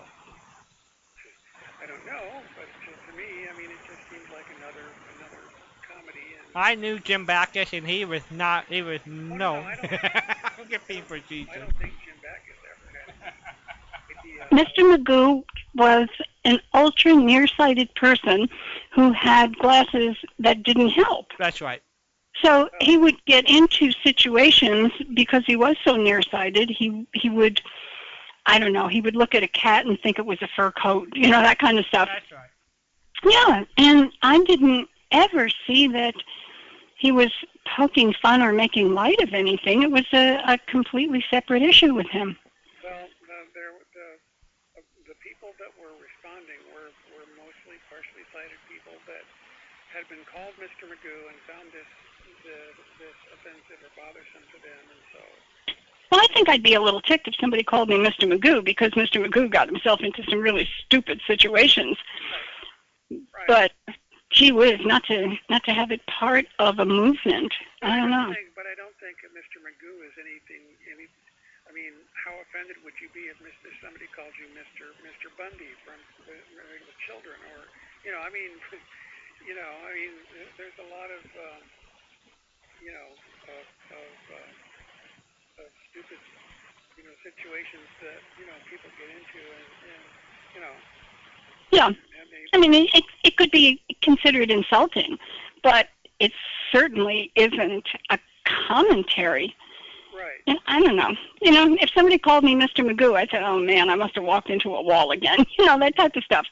S5: I don't know, but to, to me, I mean, it just seems like another, another comedy. And
S3: I knew Jim Backus, and he was not. He was no.
S5: I
S3: I'm just being
S5: I
S3: facetious.
S5: don't think Jim Backus ever had the, uh,
S2: Mr. Magoo was an ultra nearsighted person who had glasses that didn't help.
S3: That's right.
S2: So he would get into situations because he was so nearsighted. He he would, I don't know, he would look at a cat and think it was a fur coat, you know, that kind of stuff.
S3: That's right.
S2: Yeah, and I didn't ever see that he was poking fun or making light of anything. It was a, a completely separate issue with him.
S5: well, the, there, the, the people that were responding were, were mostly partially sighted people that had been called Mr. Magoo and found this, the, this offensive or bothersome to them, and so.
S2: Well, I think I'd be a little ticked if somebody called me Mr. Magoo because Mr. Magoo got himself into some really stupid situations.
S5: Right.
S2: But gee whiz, not to not to have it part of a movement. I don't know.
S5: think- But I don't think that Mr. Magoo is anything, any, I mean, how offended would you be if Mr., somebody called you Mr., Mr. Bundy from the, the children or, you know, I mean, you know, I mean, there- there's a lot of, um, you know, of, of, uh, of stupid, you know, situations that, you know, people get into and, and you know,
S2: Yeah,
S5: and they,
S2: I mean it it, it could be considered insulting, but it certainly isn't a commentary
S5: right,
S2: Yeah, I don't know. You know, if somebody called me Mr. Magoo, I'd say, oh man, I must have walked into a wall again. You know, that type of stuff.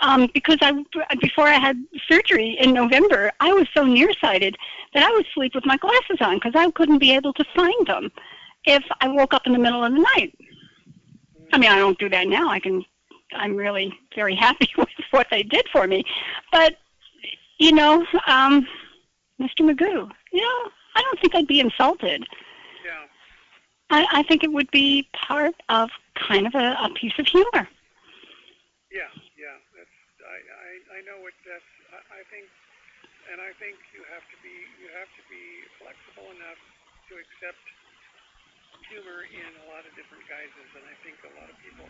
S2: Um, because I, before I had surgery in November, I was so nearsighted that I would sleep with my glasses on because I couldn't be able to find them if I woke up in the middle of the night. I mean, I don't do that now. I can, I'm really very happy with what they did for me. But, you know, um, Mr. Magoo, you know, I don't think I'd be insulted.
S5: No.
S2: I, I think it would be part of kind of a, a piece of humor.
S5: Yeah, yeah. That's I, I, I know what that's I, I think and I think you have to be you have to be flexible enough to accept humor in a lot of different guises and I think a lot of people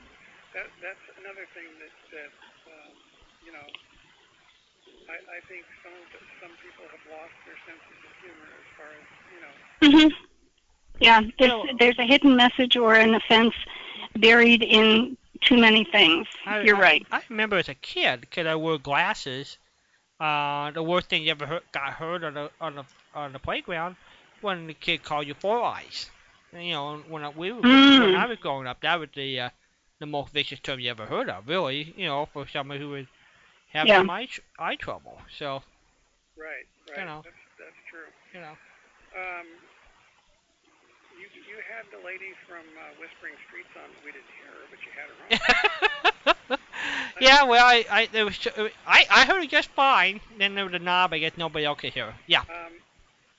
S5: that that's another thing that that um, you know I, I think some of the- some people have lost their senses of humor as far as you know
S3: Mm-hmm.
S2: hmm Yeah, there's, there's a hidden message or an offense buried in too many things.
S3: I-
S2: You're
S3: I-
S2: right.
S3: I remember as a kid, because I wore glasses. Uh, the worst thing you ever heard, got heard on the on the on the playground when the kid called you four eyes. You know, when I, we were when
S2: Mm.
S3: I was growing up, that was the uh, the most vicious term you ever heard of, really. You know, for someone who was having
S2: Yeah.
S3: some eye, tr- eye trouble. So
S5: right right
S3: know.
S5: that's that's true
S3: you know,
S5: um you you had the lady from uh, Whispering Streets on we didn't hear her but you had her on
S3: yeah. Well, I I there was I I heard it just fine. Then there was a knob. I guess nobody else could hear. Yeah.
S5: Um,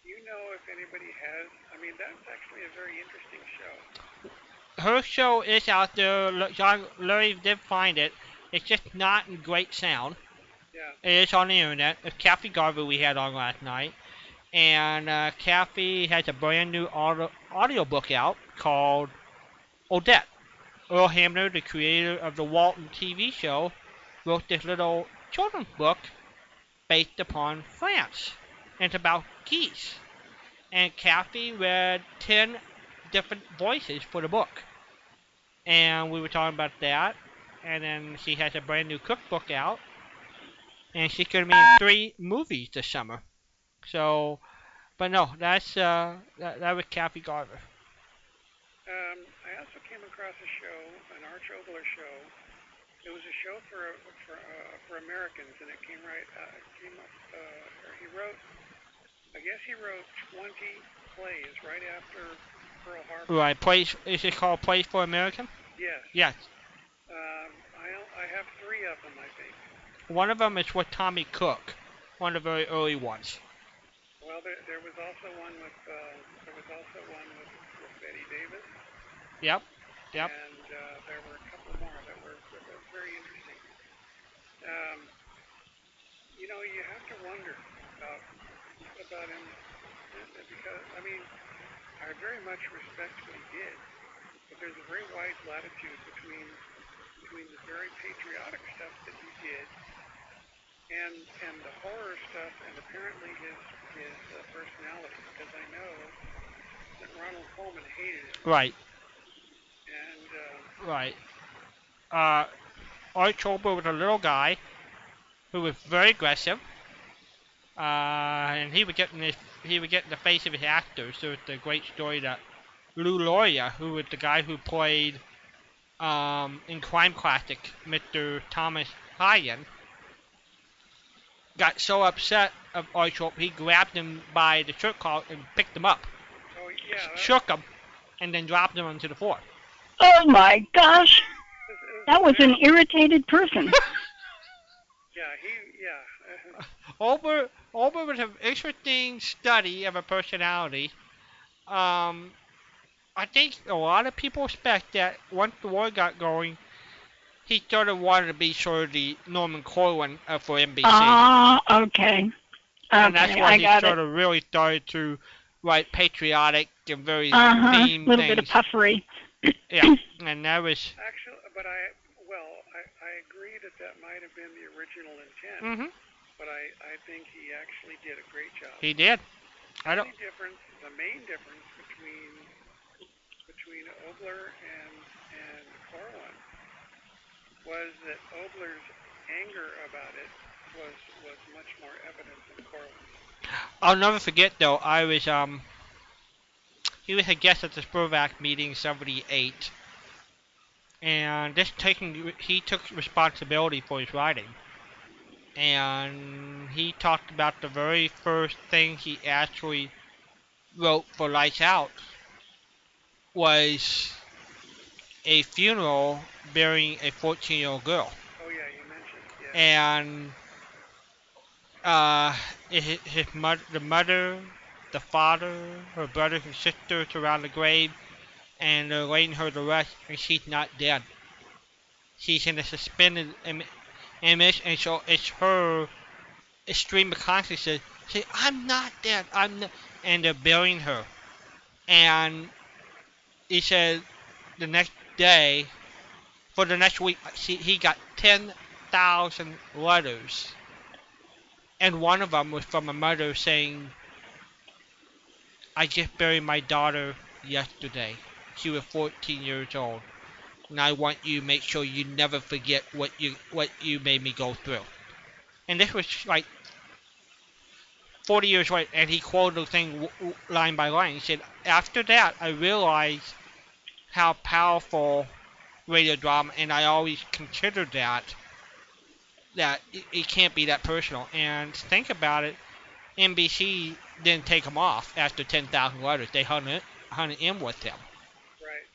S5: do you know if anybody has? I mean, that's actually a very interesting show.
S3: her show is out there. L- John Larry did find it. It's just not in great sound.
S5: Yeah.
S3: It is on the internet. It's Kathy Garvey we had on last night. And uh, Kathy has a brand new audio audiobook out called Odette. Earl Hamner, the creator of the Walton TV show, wrote this little children's book based upon France. And it's about geese. And Kathy read 10 different voices for the book. And we were talking about that. And then she has a brand new cookbook out. And she's going to be in three movies this summer. So, but no, that's, uh, that, that was Kathy Garver.
S5: Um, I also came across a show, an Arch Obler show. It was a show for for uh, for Americans, and it came right. Uh, it came up. Uh, or he wrote. I guess he wrote 20 plays right after Pearl Harbor.
S3: Right, Place, is it called Place for American?
S5: Yes.
S3: Yes.
S5: Um, I I have three of them, I think.
S3: One of them is with Tommy Cook, one of the very early ones.
S5: Well, there, there was also one with uh, there was also one with, with Betty Davis.
S3: Yep. Yep.
S5: And uh, there were a couple more that were, that were very interesting. Um, you know, you have to wonder about about him uh, because I mean, I very much respect what he did, but there's a very wide latitude between between the very patriotic stuff that he did and and the horror stuff, and apparently his his uh, personality. Because I know that Ronald Coleman hated him,
S3: Right.
S5: and uh,
S3: Right. Uh, Art Cholber was a little guy who was very aggressive. Uh, and he would get in his, he would get in the face of his actors. There was the great story that Lou Loria, who was the guy who played um, in Crime Classic, Mr. Thomas Hyan, got so upset of Art Cholber, he grabbed him by the shirt collar and picked him up,
S5: oh yeah, that,
S3: shook him, and then dropped him onto the floor.
S2: Oh my gosh,
S5: It was- it
S2: that was
S5: very-
S2: an irritated person.
S5: Yeah, he, yeah. uh,
S3: Ober Ober was an interesting study of a personality. Um, I think a lot of people expect that once the war got going, he sort of wanted to be sort of the Norman Corwin uh, for NBC,
S2: Ah, okay.
S3: and that's
S2: Okay,
S3: why
S2: I
S3: he
S2: got
S3: sort
S2: it.
S3: of really started to write patriotic and very
S2: Uh huh. A
S3: themed
S2: little
S3: things.
S2: bit of puffery.
S3: yeah, and that was.
S5: Actually, but I, well, I, I agree that that might have been the original intent,
S3: hmm
S5: but I, I think he actually did a great job.
S3: He did. I
S5: the
S3: don't.
S5: only difference, the main difference between between Obler and and Corwin was that Obler's anger about it was was much more evident than Corwin's.
S3: I'll never forget though. I was um, He was a guest at the Spurvac meeting 78. And this taking, he took responsibility for his writing. And he talked about the very first thing he actually wrote for Lights Out was a funeral burying a 14 year old girl
S5: Oh yeah, you mentioned. Yeah.
S3: and uh, his, his mother, the mother, the father, her brothers and sisters around the grave, and they're laying her to rest, and she's not dead. She's in a suspended im- image, and so it's her stream of consciousness. She, I'm not dead. I'm, not, and they're burying her. And he said, the next day, for the next week, she, he got ten thousand letters, and one of them was from a mother saying, "I just buried my daughter yesterday. She was 14 years old, and I want you to make sure you never forget what you what you made me go through." And this was like 40 years later, and he quoted the thing w- w- line by line. He said, "After that, I realized how powerful." radio drama, and I always considered that that it, it can't be that personal. And think about it, NBC didn't take them off after 10,000 letters. They hung it, hung it in with them,
S5: Right.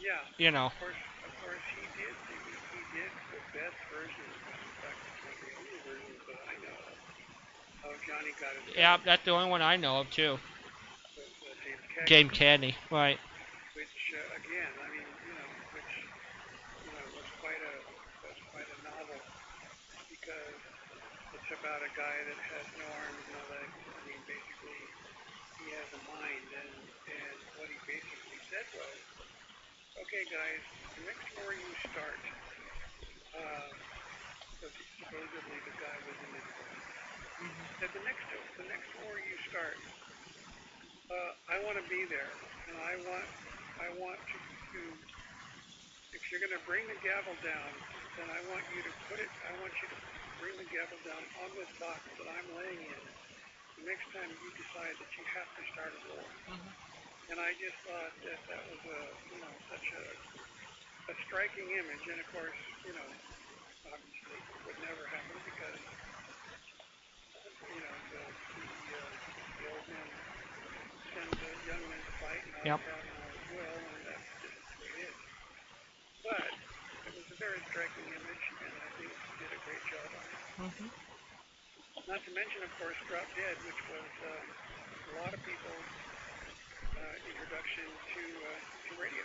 S5: Yeah.
S3: you know.
S5: Of course, of course, he did. He, he did the best version, in fact, it's one of the only versions that I know of, of Johnny Got It.
S3: Yeah, that's the only one I know of too.
S5: With, uh, James Cagney,
S3: Game Candy, right?
S5: Which, uh, again, I mean, you know, which, you know, was quite a was quite a novel because it's about a guy that has no arms, no legs. I mean, basically, he has a mind, and and what he basically said was, okay, guys, the next war you start. Uh, so supposedly the guy was in his mm-hmm. said the next the next war you start. Uh, I want to be there, and I want I want to, to if you're going to bring the gavel down, then I want you to put it. I want you to bring the gavel down on this box that I'm laying in. The next time you decide that you have to start a war. And I just thought that that was a you know such a a striking image, and of course you know obviously it would never happen because you know the the, uh, the old men send the young men to fight, and
S3: Yep.
S5: I found out as well, and that's just the way it is. But it was a very striking image, and I think he did a great job on it. Not to mention, of course, Drop Dead, which was um, a lot of people's uh, introduction to uh, to radio.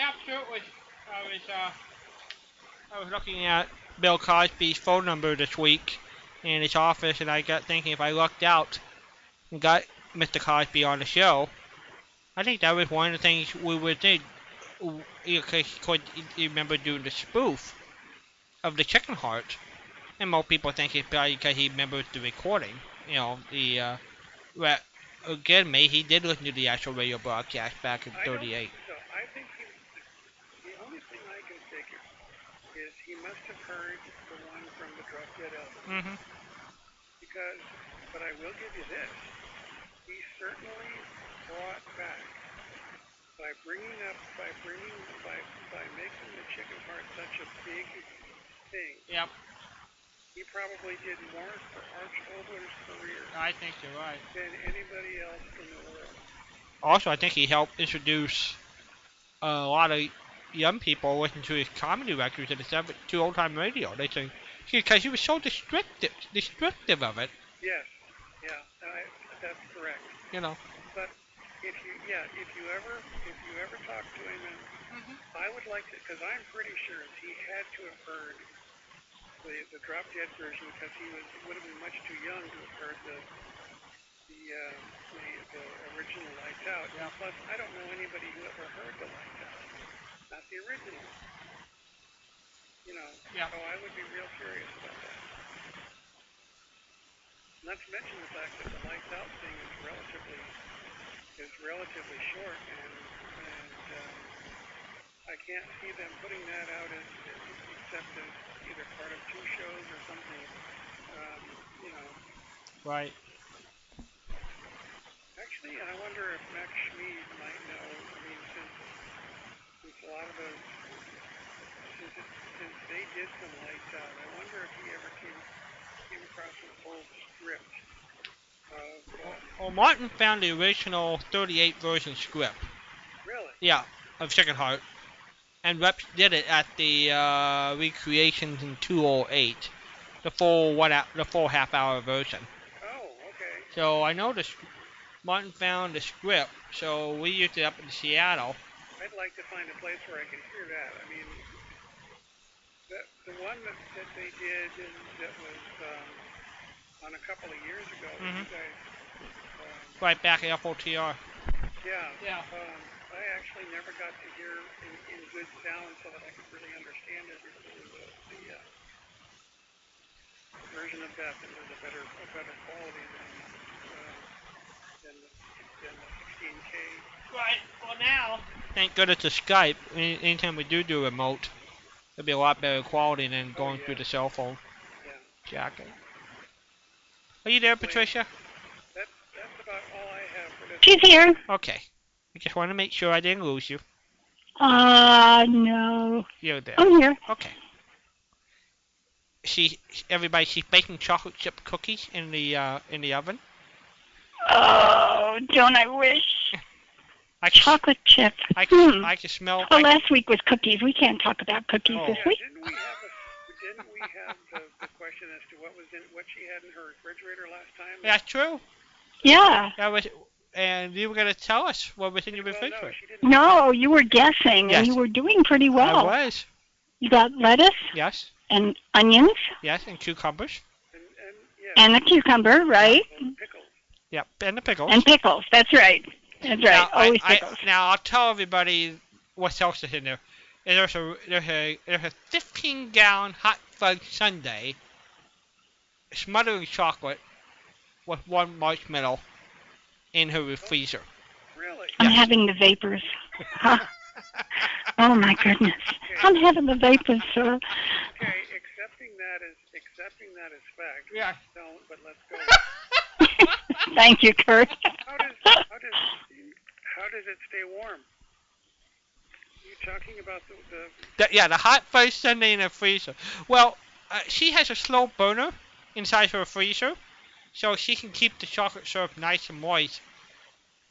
S3: Absolutely. I was uh, I was looking at Bill Cosby's phone number this week in his office, and I got thinking if I lucked out and got Mr. Cosby on the show, I think that was one of the things we would do. Because you remember doing the spoof of the Chicken Heart, and most people think it's probably because he remembers the recording. You know the uh, ra- again, me he did listen to the actual radio broadcast back in
S5: I don't
S3: '38.
S5: think So I think he, the only thing I can figure is he must have heard the one from the Drop Dead album
S3: Mm-hmm.
S5: because, but I will give you this, he certainly brought back by bringing up, by bringing, by by making the chicken heart such a big thing.
S3: Yep.
S5: He probably did more for Arch Obler's career
S3: I think you're right.
S5: than anybody else in the world.
S3: Also, I think he helped introduce uh, a lot of young people listening to his comedy records and stuff to old time radio. They think because he was so descriptive, descriptive of it,
S5: Yes, yeah, I, that's correct.
S3: you know.
S5: But if you, yeah, if you ever, if you ever talk to him, and I would like to, because I'm pretty sure he had to have heard the, the drop dead version because he was would have been much too young to have heard the the uh, the, the original Lights Out. Yeah. Plus, I don't know anybody who ever heard the Lights Out, not the original. You know.
S3: Yeah.
S5: So I would be real curious about that. Not to mention the fact that the Lights Out thing is relatively is relatively short, and, and um, I can't see them putting that out as, as except as either part of two shows or something. Um, you know,
S3: Right.
S5: actually, Schmee, and I wonder if Max Schmee might know, I mean, since, since a lot of the, since, it- since they did some lights out, I wonder if he ever came, came across an old script of, uh,
S3: Well, Martin found the original 38 version script.
S5: really?
S3: Yeah, of Chicken Heart. And Reps did it at the uh, recreations in 208, the full one, hou- the full half hour version.
S5: Oh, okay,
S3: So I know the sc- Martin found the script, so we used it up in Seattle.
S5: I'd like to find a place where I can hear that, I mean, the, the one that, that they did and that was, um, on a couple of years ago, that you
S3: Mhm.
S5: guys, um,
S3: Right back at FOTR.
S5: yeah,
S1: Yeah.
S5: Um, I actually never got to hear in, in good sound so that I could really understand it. It was the, the uh, version of that that was a better, a better quality than, uh, than, the, than the 16K.
S1: Right. Well, now
S3: Thank goodness of Skype. Any, anytime we do do remote, it'll be a lot better quality than
S5: Oh,
S3: going
S5: yeah.
S3: through the cell phone
S5: Yeah.
S3: jacket. Are you there, Patricia?
S5: That, that's about all I have for this.
S2: She's here.
S3: Okay. I just want to make sure I didn't lose you.
S2: Uh, no.
S3: You're there.
S2: I'm here.
S3: Okay. She, everybody, she's baking chocolate chip cookies in the uh, in the oven.
S2: Oh, don't I wish.
S3: I can,
S2: Chocolate chip.
S3: I
S2: Hmm.
S3: can, I can smell.
S2: Oh,
S3: I can,
S2: last week was cookies. We can't talk about cookies
S3: Oh.
S2: this
S5: Yeah,
S2: week.
S5: didn't we have a, didn't we have the, the question as to what was in what she had in her refrigerator last time?
S3: that's true.
S2: Yeah.
S3: That was, and you were gonna tell us what was in your
S5: Well, no,
S3: refrigerator.
S5: she didn't.
S2: No, oh, you were guessing,
S3: Yes.
S2: and you were doing pretty
S3: I
S2: well.
S3: was.
S2: You got lettuce
S3: Yes.
S2: and onions
S3: Yes, and cucumbers.
S5: And, and yeah,
S2: and a cucumber, right?
S5: pickles.
S3: Yep, and the pickles.
S2: And pickles. That's right. That's right.
S3: Now, I-
S2: Always
S3: I-
S2: pickles.
S3: now I'll tell everybody what else is in there. And there's a there's a there's a 15 gallon hot fudge sundae, smothering chocolate, with one marshmallow in her freezer.
S5: Really?
S2: I'm
S3: Yes.
S2: having the vapors. Huh. Oh my goodness. I'm having the vapors, sir.
S5: Okay, accepting that is accepting that is fact.
S1: Yeah.
S5: Don't, but let's go.
S2: Thank you, Kurt.
S5: How does how does how does it stay warm? You talking about the, the
S3: The- yeah, the hot fudge sundae in her freezer. Well, uh, she has a slow burner inside her freezer, so she can keep the chocolate syrup nice and moist.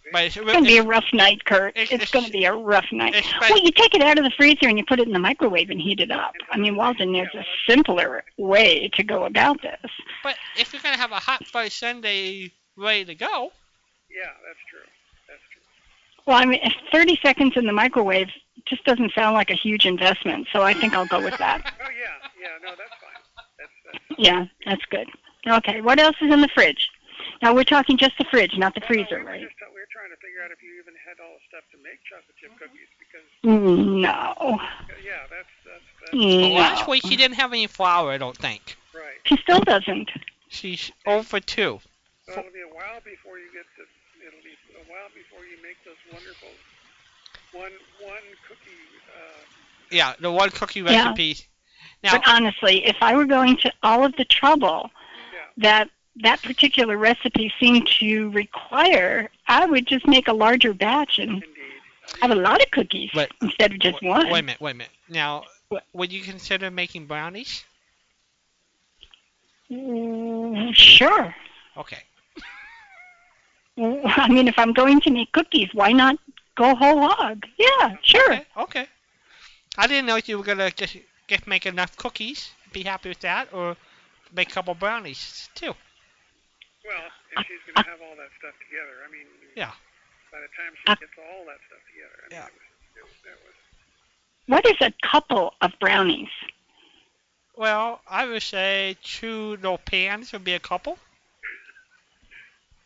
S3: But it's,
S2: It's gonna be a rough night, Kurt.
S3: It's-
S2: It's,
S3: it's-
S2: gonna be a rough night.
S3: it's been-
S2: Well, you take it out of the freezer and you put it in the microwave and heat it up. I mean, Walden, there's a simpler way to go about this.
S3: but if you're gonna have a hot fudge sundae ready to go,
S5: yeah, that's true. That's true.
S2: Well, I mean, 30 seconds in the microwave just doesn't sound like a huge investment, so I think I'll go with that.
S5: Oh yeah, yeah, no, that's fine. That's that's
S2: Yeah, that's good. Okay, what else is in the fridge? Now we're talking just the fridge, not the
S5: well, no,
S2: freezer,
S5: we were
S2: right?
S5: just we were trying to figure out if you even had all the stuff to make chocolate chip cookies because
S3: Mm-hmm.
S2: Mm, No,
S5: uh, yeah, that's that's,
S2: Hmm.
S5: that's
S3: Well, last
S2: no.
S3: week she didn't have any flour, I don't think.
S5: right.
S2: She still doesn't.
S3: She's 0 for 2.
S5: So it'll be a while before you get the it'll be a while before you make those wonderful one one cookie uh
S3: Yeah, the one cookie
S2: Yeah.
S3: recipe. Now,
S2: But honestly, if I were going to all of the trouble
S5: yeah.
S2: that that particular recipe seemed to require, I would just make a larger batch and
S5: Indeed.
S2: have a lot of cookies
S3: But-
S2: instead of just
S3: wait,
S2: one.
S3: wait a minute, wait a minute. Now,
S2: What?
S3: would you consider making brownies?
S2: Mm, Sure.
S3: Okay.
S2: I mean, if I'm going to make cookies, why not go whole hog? Yeah, sure.
S3: Okay. okay. I didn't know if you were going to just, just make enough cookies, be happy with that, or make a couple brownies, too.
S5: Well, if she's going to have all that stuff together, I mean,
S3: Yeah.
S5: by the time she
S2: Uh,
S5: gets all that stuff together, I mean,
S3: Yeah.
S5: it was, it was, it was
S2: What is a couple of brownies?
S3: Well, I would say two little pans would be a couple.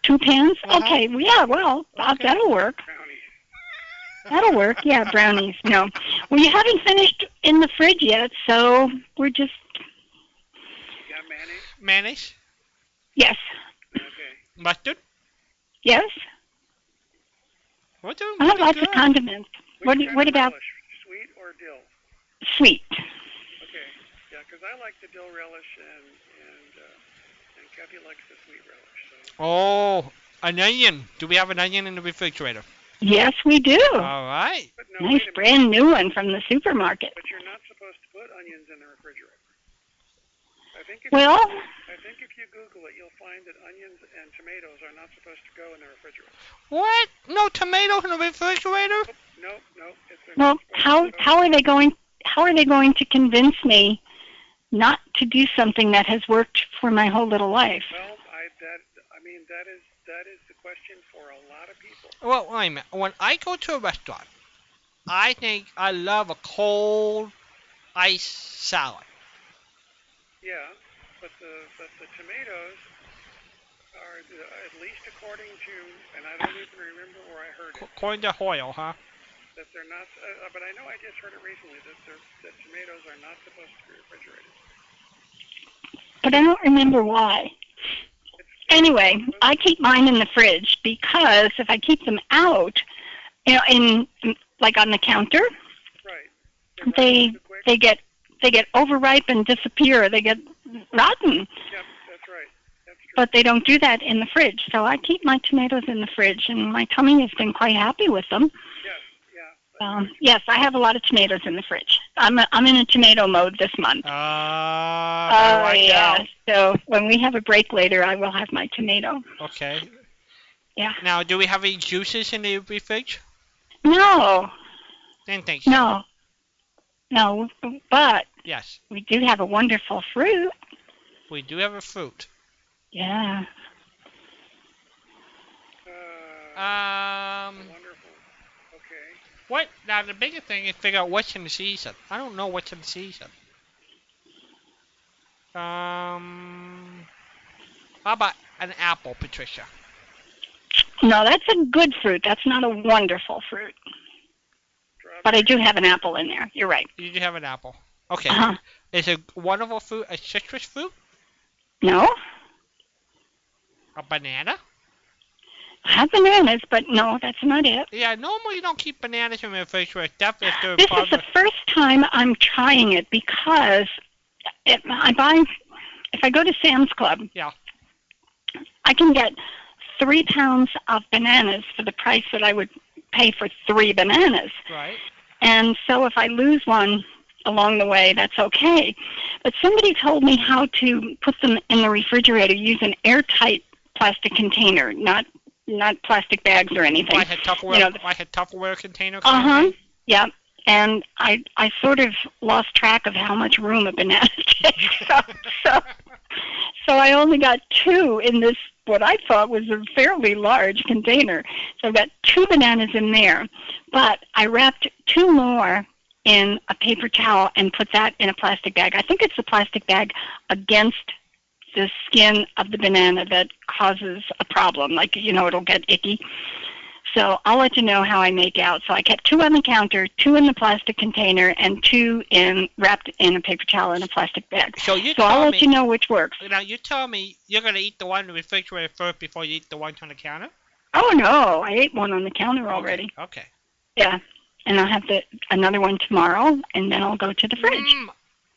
S2: Two pans?
S3: Uh-huh.
S2: Okay, well, yeah, well, uh,
S3: Okay.
S2: that'll work.
S5: brownies.
S2: That'll work. Yeah, brownies. No. Well, you haven't finished in the fridge yet, so we're just,
S5: You got mayonnaise?
S3: Mayonnaise,
S2: yes,
S5: Okay.
S3: mustard.
S2: yes.
S3: We're doing
S2: I have
S3: really
S2: lots of
S3: Oh, good.
S2: condiments.
S5: Which
S2: What, do-
S5: kind
S2: what
S5: of
S2: about
S5: relish? Sweet or dill?
S2: sweet?
S5: Okay. Yeah, because I like the dill relish, and and uh, and Kathy likes the sweet relish. So
S3: Oh, An onion. Do we have an onion in the refrigerator?
S2: Yes, we do.
S3: All right.
S6: But no,
S2: Nice
S6: wait a minute,
S2: brand new one from the supermarket.
S6: But you're not supposed to put onions in the refrigerator. I think if
S2: Well,
S6: I think if you Google it, you'll find that onions and tomatoes are not supposed to go in the refrigerator.
S3: What? No tomatoes in the refrigerator?
S6: Nope, nope. It's they're
S2: well,
S6: not supposed
S2: how
S6: to go.
S2: how are they going? How are they going to convince me not to do something that has worked for my whole little life?
S6: Well, I that I mean that is that is the question for a lot of people.
S3: Well, wait a minute. When I go to a restaurant, I think I love a cold ice salad.
S6: Yeah, but the but the tomatoes are the, at least according to, and I don't even remember where I heard it,
S3: According to Hoyle, huh?
S6: that they're not. Uh, but I know I just heard it recently that they're, that tomatoes are not supposed to be refrigerated.
S2: But I don't remember why. Anyway, I keep mine in the fridge because if I keep them out, you know, in like on the counter,
S6: Right.
S2: They-
S6: ripe too quick.
S2: they get they get overripe and disappear. They get rotten,
S6: Yep, that's right. That's true.
S2: but they don't do that in the fridge. So I keep my tomatoes in the fridge, and my tummy has been quite happy with them.
S6: yes, yeah.
S2: Um, yes, I have a lot of tomatoes in the fridge. I'm i I'm in a tomato mode this month.
S3: Uh, Ah,
S2: Oh
S3: right
S2: yeah. So when we have a break later, I will have my tomato.
S3: now. Okay.
S2: Yeah.
S3: Now, do we have any juices in the refrigerator?
S2: No,
S3: Didn't think so.
S2: no, no. But
S3: Yes,
S2: we do have a wonderful fruit.
S3: we do have a fruit.
S2: Yeah.
S6: Uh,
S3: Um,
S6: wonderful. Okay.
S3: what? Now, the bigger thing is figure out what's in the season. I don't know what's in the season. Um, how about an apple, Patricia?
S2: No, that's a good fruit. That's not a wonderful fruit. But I do have an apple in there. You're right.
S3: You do have an apple. Okay.
S2: Uh-huh.
S3: Is a wonderful fruit a citrus fruit?
S2: No,
S3: A banana?
S2: I have bananas, but no, that's not it.
S3: Yeah, normally you don't keep bananas in the refrigerator. Definitely if they're
S2: This
S3: part
S2: is
S3: of
S2: the first time I'm trying it because it, I buy, if I go to Sam's Club,
S3: Yeah.
S2: I can get three pounds of bananas for the price that I would pay for three bananas.
S3: the- right.
S2: And so if I lose one along the way, that's okay. But somebody told me how to put them in the refrigerator. Use an airtight plastic container, not not plastic bags or anything.
S3: Like a Tupperware,
S2: You know, the-
S3: like a Tupperware container.
S2: Uh
S3: kind of
S2: huh.
S3: thing?
S2: Yeah. And I I sort of lost track of how much room a banana takes up. So so I only got two in this what I thought was a fairly large container. So I've got two bananas in there, but I wrapped two more in a paper towel and put that in a plastic bag. I think it's the plastic bag against the skin of the banana that causes a problem. Like you know, it'll get icky. So I'll let you know how I make out. So I kept two on the counter, two in the plastic container, and two in wrapped in a paper towel in a plastic bag.
S3: So you
S2: So I'll
S3: tell
S2: let
S3: me.
S2: you know which works.
S3: Now you tell me you're gonna eat the one in the refrigerator first before you eat the one on the counter.
S2: Oh no, I ate one on the counter already.
S3: Okay.
S2: Yeah, and I'll have the another one tomorrow, and then I'll go to the fridge.
S3: Mm,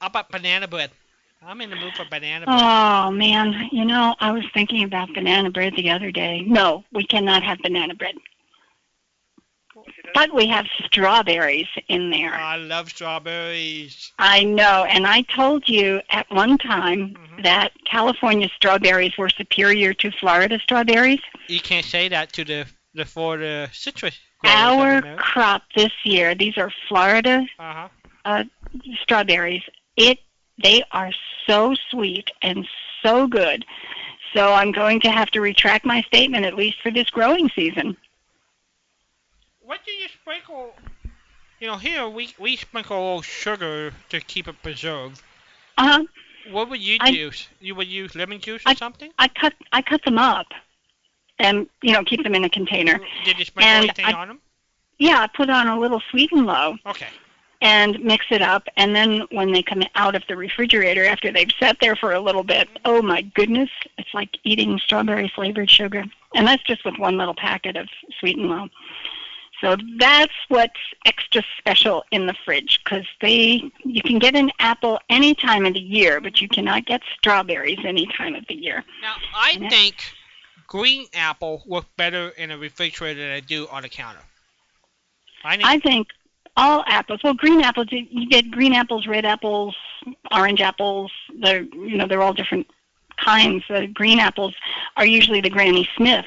S3: how about banana bread? I'm in the mood for banana bread.
S2: Oh man, you know I was thinking about banana bread the other day. No, we cannot have banana bread, but we have strawberries in there.
S3: I love strawberries.
S2: I know, and I told you at one time
S3: Mhm.
S2: that California strawberries were superior to Florida strawberries.
S3: You can't say that to the the for the citrus.
S2: Our crop this year, these are Florida
S3: Uh huh.
S2: strawberries. It they are so sweet and so good. So I'm going to have to retract my statement at least for this growing season.
S3: What do you sprinkle? You know, here we we sprinkle a little sugar to keep it preserved.
S2: Uh,
S3: What would you
S2: I-
S3: use? You would use lemon juice or
S2: I-
S3: something?
S2: I cut I cut them up and you know keep them in a container.
S3: Did you sprinkle
S2: and
S3: anything
S2: I-
S3: on them?
S2: Yeah, I put on a little sweet and low.
S3: Okay.
S2: and mix it up. And then when they come out of the refrigerator after they've sat there for a little bit, oh my goodness, it's like eating strawberry flavored sugar. And that's just with one little packet of sweet and low. So that's what's extra special in the fridge because they you can get an apple any time of the year, but you cannot get strawberries any time of the year.
S3: Now I
S2: And it-
S3: think green apple work better in a refrigerator than they do on a counter? I need
S2: I think all apples. Well, green apples. You you get green apples, red apples, orange apples. They're you know they're all different kinds. The green apples are usually the Granny Smith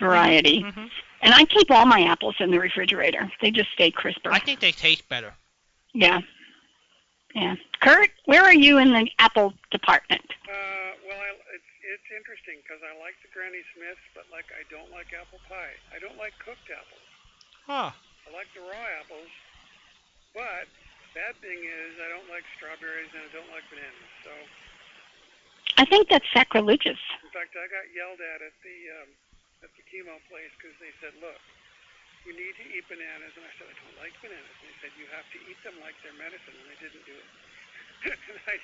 S2: variety,
S3: Mhm.
S2: and I keep all my apples in the refrigerator. They just stay crisper.
S3: I think they taste better.
S2: yeah, yeah. Kurt, where are you in the apple department?
S5: Uh, well, I, it's it's interesting because I like the Granny Smiths, but like I don't like apple pie. I don't like cooked apples.
S3: Huh.
S5: I like the raw apples, but bad thing is I don't like strawberries and I don't like bananas. So
S2: I think that's sacrilegious.
S5: in fact, I got yelled at at the um, at the chemo place because they said, "Look, you need to eat bananas," and I said, "I don't like bananas." And they said, "You have to eat them like they're medicine," and I didn't do it. and I,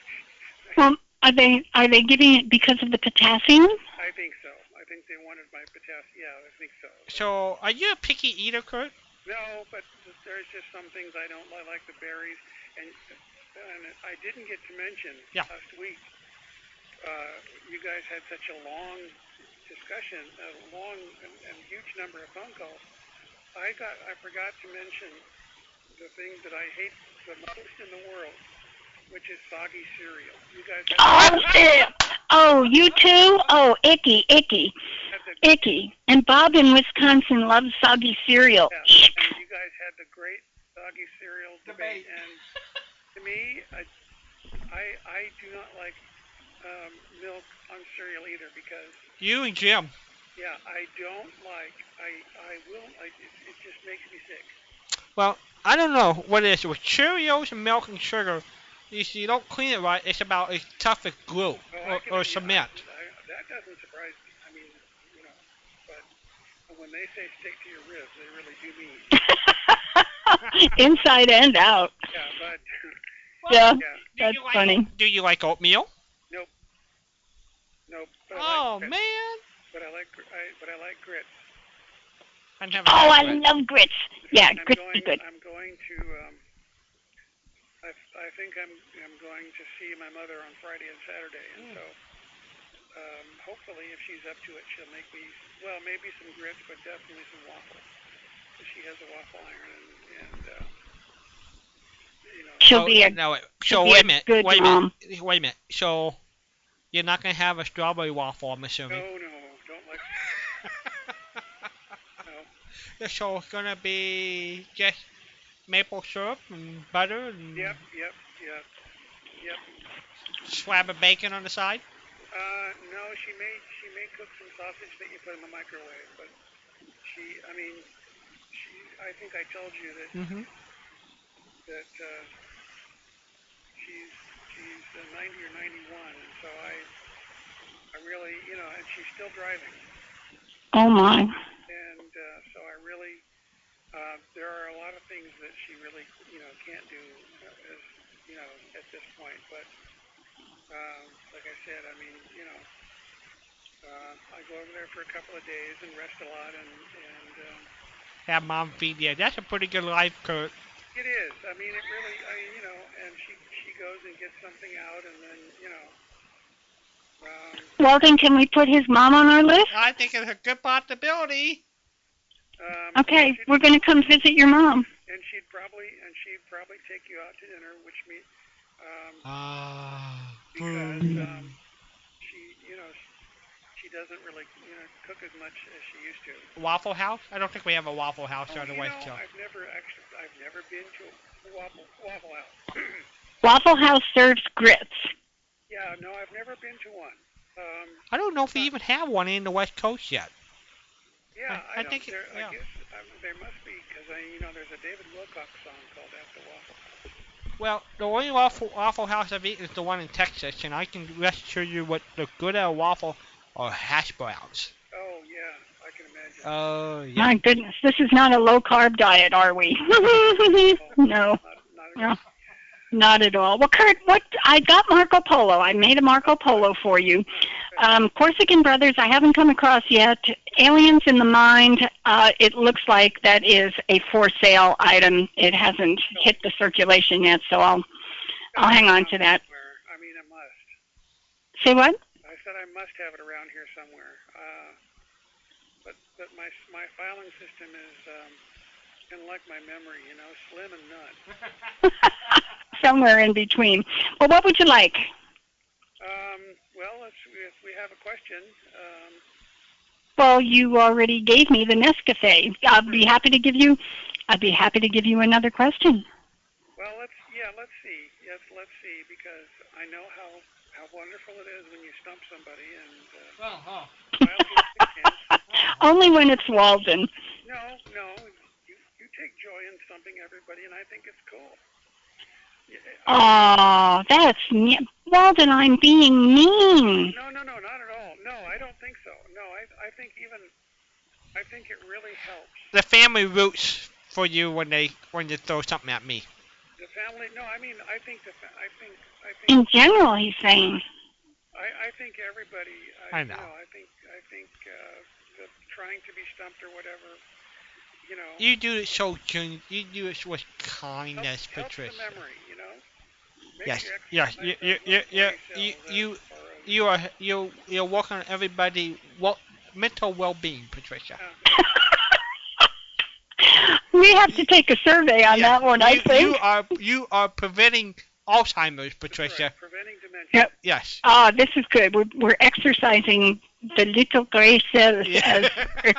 S2: Well, are they are they giving it because of the potassium?
S5: I think so. I think they wanted my potassium. Yeah, I think so.
S3: So, are you a picky eater, Kurt?
S5: No, but there's just some things I don't like, like the berries, and and I didn't get to mention
S3: Yeah.
S5: last week. Uh, you guys had such a long discussion, a long and, and huge number of phone calls. I got, I forgot to mention the thing that I hate the most in the world, which is soggy cereal. You guys
S2: Oh,
S5: had,
S2: ew. oh, you too? Oh, icky, icky,
S5: had the
S2: icky. And Bob in Wisconsin loves soggy cereal.
S5: Yeah, and you guys had the great doggy cereal debate, and to me, I, I, I do not like um, milk on cereal either because,
S3: You and Jim.
S5: yeah, I don't like, I, I will, I, it, it just makes me sick.
S3: Well, I don't know what it is with Cheerios and milk and sugar. If you don't clean it right, it's about as tough as glue
S5: Oh, I
S3: or,
S5: can-
S3: or
S5: yeah,
S3: cement.
S5: I, I, that doesn't surprise me. I mean, you know, but when they say stick to your ribs, they really do mean. it.
S2: Inside and out.
S5: Yeah, but
S2: Yeah,
S5: yeah,
S3: Do
S2: that's
S3: you like-
S2: funny.
S3: Do you like oatmeal?
S5: no. But
S3: Oh
S5: I like, grits.
S3: man,
S5: But I like, gr- I, but I like grits.
S3: I never.
S2: Oh, I
S3: had that.
S2: love grits. Yeah,
S5: I'm
S2: grits
S5: going, uh,
S2: is good.
S5: I'm going to. Um, I, I think I'm I'm going to see my mother on Friday and Saturday,
S2: Mm.
S5: and so um, hopefully, if she's up to it, she'll make me well, maybe some grits, but definitely some waffles. 'Cause She has a waffle iron, and, and uh, you know,
S2: She'll
S3: Oh,
S2: be a
S3: no, wait. so
S2: be
S3: wait
S2: a
S3: a minute.
S2: good
S3: wait a
S2: mom.
S3: minute. Wait a minute. So you're not gonna have a strawberry waffle, I'm assuming.
S5: no, no, don't like no.
S3: So it's gonna be just maple syrup and butter and
S5: Yep, yep, yep.
S3: slab of bacon on the side.
S5: Uh, no, she may she may cook some sausage that you put in the microwave, but she, I mean, she. I think I told you that
S3: Mm-hmm.
S5: that uh, she's she's uh, 90 or 91, and so I I really you know, and she's still driving,
S2: Oh my.
S5: and uh, so I really uh, there are a lot of things that she really you know can't do uh, as you know at this point, but um, like I said, I mean you know. Uh, I go over there for a couple of days and rest a lot, and, and um,
S3: Have mom feed you. That's a pretty good life, Kurt.
S5: It is. I mean, it really. I mean, you know, and she she goes and gets something out, and then you know. Um,
S2: Well, then, can we put his mom on our list?
S3: I think it's a good possibility.
S5: um,
S2: Okay,
S5: She'd,
S2: we're going to come visit your mom.
S5: and she'd probably and she'd probably take you out to dinner, which me, um,
S3: Ah.
S2: Hmm.
S5: because um, she you know she- she doesn't really you know cook as much as she used to.
S3: Waffle House? I don't think we have a Waffle House out
S5: Oh, you
S3: of West
S5: know,
S3: Hill.
S5: I've never actually I've never been to a waffle waffle house.
S2: Waffle House serves grits.
S5: yeah, no, I've never been to one. Um,
S3: I don't know if we even have one in the West Coast yet.
S5: Yeah,
S3: I- I
S5: I, don't,
S3: think it-
S5: there,
S3: yeah.
S5: I guess um, there must be because I, you know, there's a David Wilcox song called "After Waffle."
S3: Well, the only waffle, waffle house I've eaten is the one in Texas, and I can rest assure you what the good at a waffle are hash browns.
S5: Oh yeah, I can imagine.
S3: Oh, yeah.
S2: My goodness, this is not a low carb diet, are we? no.
S5: not, not a
S2: Yeah. Not at all. Well, Kurt, what I got Marco Polo. I made a Marco Polo for you. Um, Corsican Brothers. I haven't come across yet. Aliens in the Mind. Uh, it looks like that is a for sale item. It hasn't hit the circulation yet, so I'll I'll hang on to that.
S5: somewhere. I mean, I must.
S2: Say what?
S5: I said I must have it around here somewhere. Uh, that my my filing system is um, kind of like my memory, you know, slim and none.
S2: Somewhere in between. Well, what would you like?
S5: Um, well, if, if we have a question, um,
S2: Well, you already gave me the Nescafe. I'd be happy to give you. I'd be happy to give you another question.
S5: well, let's yeah, let's see. Yes, let's see because I know how how wonderful it is when you stump somebody and. Uh,
S3: Oh, oh.
S2: Only when it's Walden.
S5: No, no. You, you take joy in something, everybody, and I think it's cool. Yeah,
S2: Oh, that's ne- Walden. I'm being mean.
S5: No, no, no, not at all. No, I don't think so. No, I, I think even, I think it really helps.
S3: The family roots for you when they when you throw something at me.
S5: The family. No, I mean, I think the, fa- I think, I think,
S2: In general, he's saying.
S5: I, I think everybody.
S3: I
S5: I,
S3: know.
S5: You know. I think, I think uh, the trying to be stumped or whatever, you know,
S3: You do it so gen- you do it with
S5: helps,
S3: kindness,
S5: helps the
S3: Patricia.
S5: memory, you know.
S3: Yes,
S5: Makes you
S3: yes, you- you- you-
S5: exercise
S3: you- you-
S5: yourself as
S3: you-
S5: far as-
S3: You are you you're working on everybody well mental well being, Patricia.
S5: Yeah.
S2: we have to take a survey on
S3: Yeah,
S2: that one, I
S3: you, you
S2: think.
S3: are you are preventing Alzheimer's,
S5: That's
S3: Patricia.
S5: right, Preventing dementia.
S2: Yep.
S3: Yes.
S2: Ah, this is good. We're, we're exercising the little gray cells, as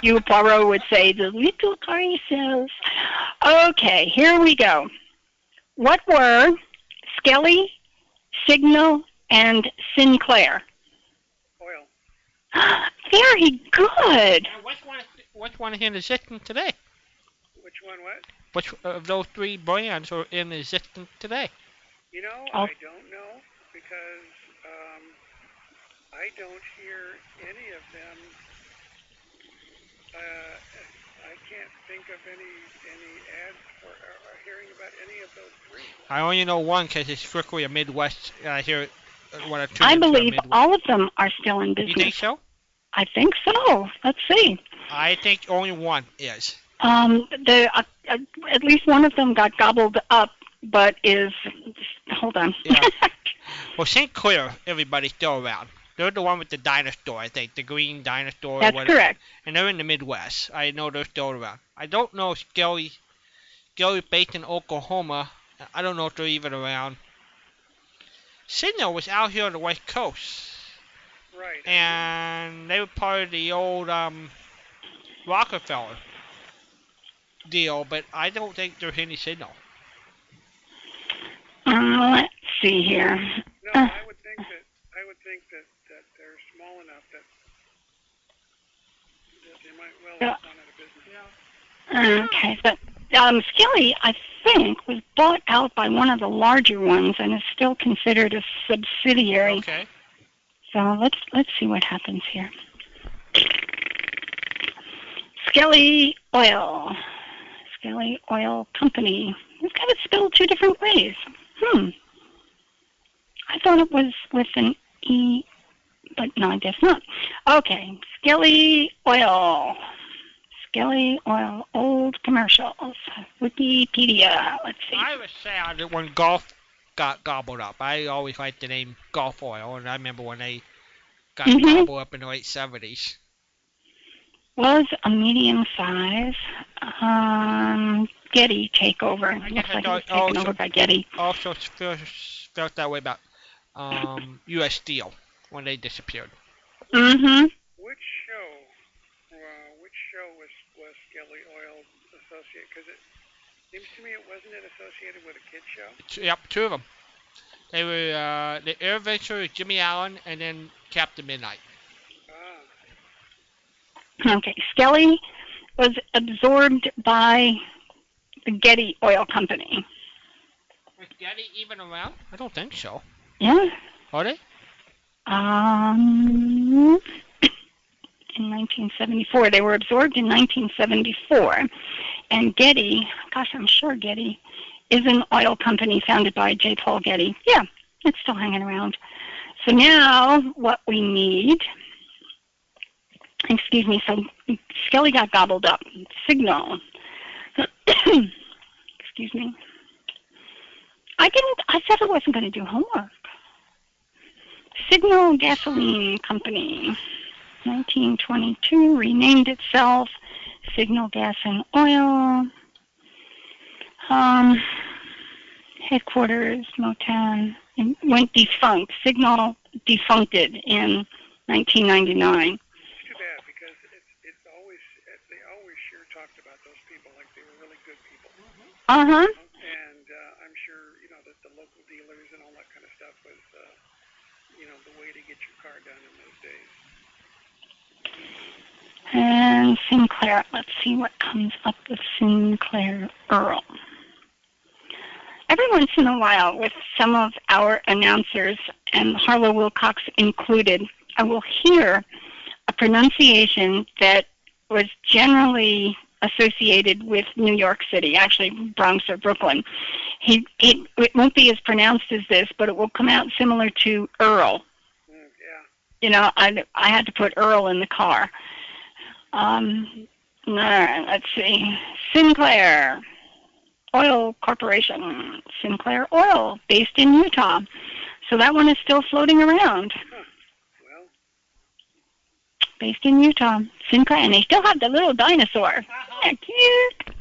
S2: you Poirot would say, the little gray cells. Okay, here we go. What were Skelly, Signal, and Sinclair?
S5: Oil.
S2: Very good.
S3: And which one which one is in existence today?
S5: Which one? What?
S3: Which of those three brands are in existence today?
S5: You know,
S2: Oh.
S5: I don't know because um, I don't hear any of them. Uh, I can't think of any any ads for or, or hearing about any of those three.
S3: I only know one because it's strictly a Midwest. And I hear it uh, one or two.
S2: I
S3: of them are
S2: believe
S3: Midwest.
S2: all of them are still in
S3: You think
S2: business.
S3: so?
S2: I think so. Let's see.
S3: I think only one is.
S2: Um, the uh, uh, at least one of them got gobbled up, but is hold on.
S3: Yeah. Well, St. Clair, everybody's still around. They're the one with the dinosaur, I think, the green dinosaur. or
S2: That's
S3: whatever.
S2: correct.
S3: And they're in the Midwest. I know they're still around. I don't know if Skelly, Skelly based in Oklahoma. I don't know if they're even around. Signal was out here on the West Coast.
S5: Right.
S3: and they were part of the old um, Rockefeller deal, but I don't think there's any signal.
S2: Um, let's see here.
S5: No,
S2: Uh.
S5: I would think that I would think that, that they're small enough that that they might well
S2: Yeah.
S5: have gone out of
S2: Okay,
S5: business.
S2: but um, Skilly, I think, was bought out by one of the larger ones and is still considered a subsidiary.
S3: Okay.
S2: So let's let's see what happens here. Skelly Oil, Skelly Oil Company. It's got it spelled two different ways. Hmm. I thought it was with an E, but no, I guess not. Okay, Skelly Oil. Skelly Oil, old commercials. Wikipedia. Let's see.
S3: I was sad that when golf got gobbled up. I always liked the name Golf Oil, and I remember when they got
S2: Mhm.
S3: gobbled up in the late 70s.
S2: was a medium size um, Getty takeover.
S3: I
S2: It
S3: guess
S2: looks
S3: I
S2: like it was
S3: thought- oh,
S2: taken
S3: so-
S2: over by Getty.
S3: Also felt, felt that way about um, U.S. Steel when they disappeared.
S2: Mm-hmm.
S5: Which show? Uh, which show was was Skelly Oil associated? Because it seems to me it wasn't it associated with a kid show.
S3: T- Yep, two of them. They were uh, the Air Adventure with Jimmy Allen and then Captain Midnight.
S5: Ah,
S2: Okay. Skelly was absorbed by the Getty Oil Company.
S3: Is Daddy even around? I don't think so.
S2: Yeah.
S3: Are they?
S2: Um, in 1974, they were absorbed in 1974, and Getty. Gosh, I'm sure Getty is an oil company founded by J. Paul Getty. Yeah, it's still hanging around. So now, what we need. Excuse me. So Skelly got gobbled up. Signal. excuse me. I didn't. I said I wasn't going to do homework. Signal Gasoline Company. 1922, renamed itself Signal Gas and Oil. Um, headquarters, Motown, and went defunct. Signal defuncted in 1999.
S6: It's too bad because it's it's always they always sure talked about those people like they were really good people.
S2: Uh huh.
S6: And uh, I'm sure you know that the local dealers and all that kind of stuff was uh, you know the way to get your car done in those days.
S2: And Sinclair, let's see what comes up with Sinclair Earl. Every once in a while, with some of our announcers, and Harlow Wilcox included, I will hear a pronunciation that was generally associated with New York City, actually Bronx or Brooklyn. He, it, it won't be as pronounced as this, but it will come out similar to Earl
S6: Mm, yeah.
S2: you know, I I had to put Earl in the car. Um, all right, let's see. Sinclair Oil Corporation, Sinclair Oil, based in Utah. So that one is still floating around,
S6: Well,
S2: based in Utah. Sinclair, and they still have the little dinosaur. Yeah, cute.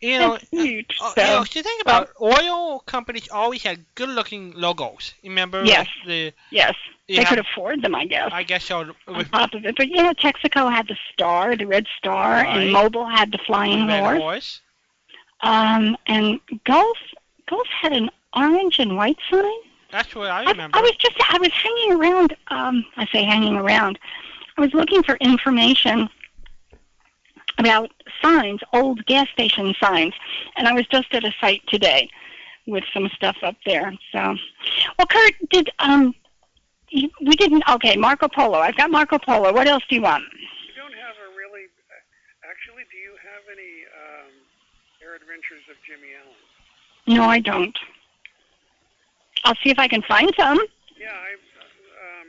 S3: You know,
S2: That's cute.
S3: Oh,
S2: so,
S3: you know, if you think about it, oil companies always had good looking logos. Remember?
S2: Yes.
S3: Like the,
S2: yes,
S3: yeah,
S2: they could afford them, I guess.
S3: I guess so.
S2: on
S3: With
S2: top of it, but yeah, Texaco had the star, the red star,
S3: Right.
S2: and Mobile had the flying
S3: Red
S2: horse.
S3: Horse.
S2: Um, and golf, golf had an orange and white sign.
S3: That's what I
S2: I,
S3: remember.
S2: I was just, I was hanging around. Um, I say hanging around. I was looking for information about signs, old gas station signs, and I was just at a site today with some stuff up there. So, well, Kurt, did um, you- we didn't? Okay, Marco Polo. I've got Marco Polo. What else do you want?
S6: you don't have a really. Actually, do you have any um, Air Adventures of Jimmy Allen?
S2: No, I don't. I'll see if I can find some.
S6: Yeah, I. Um,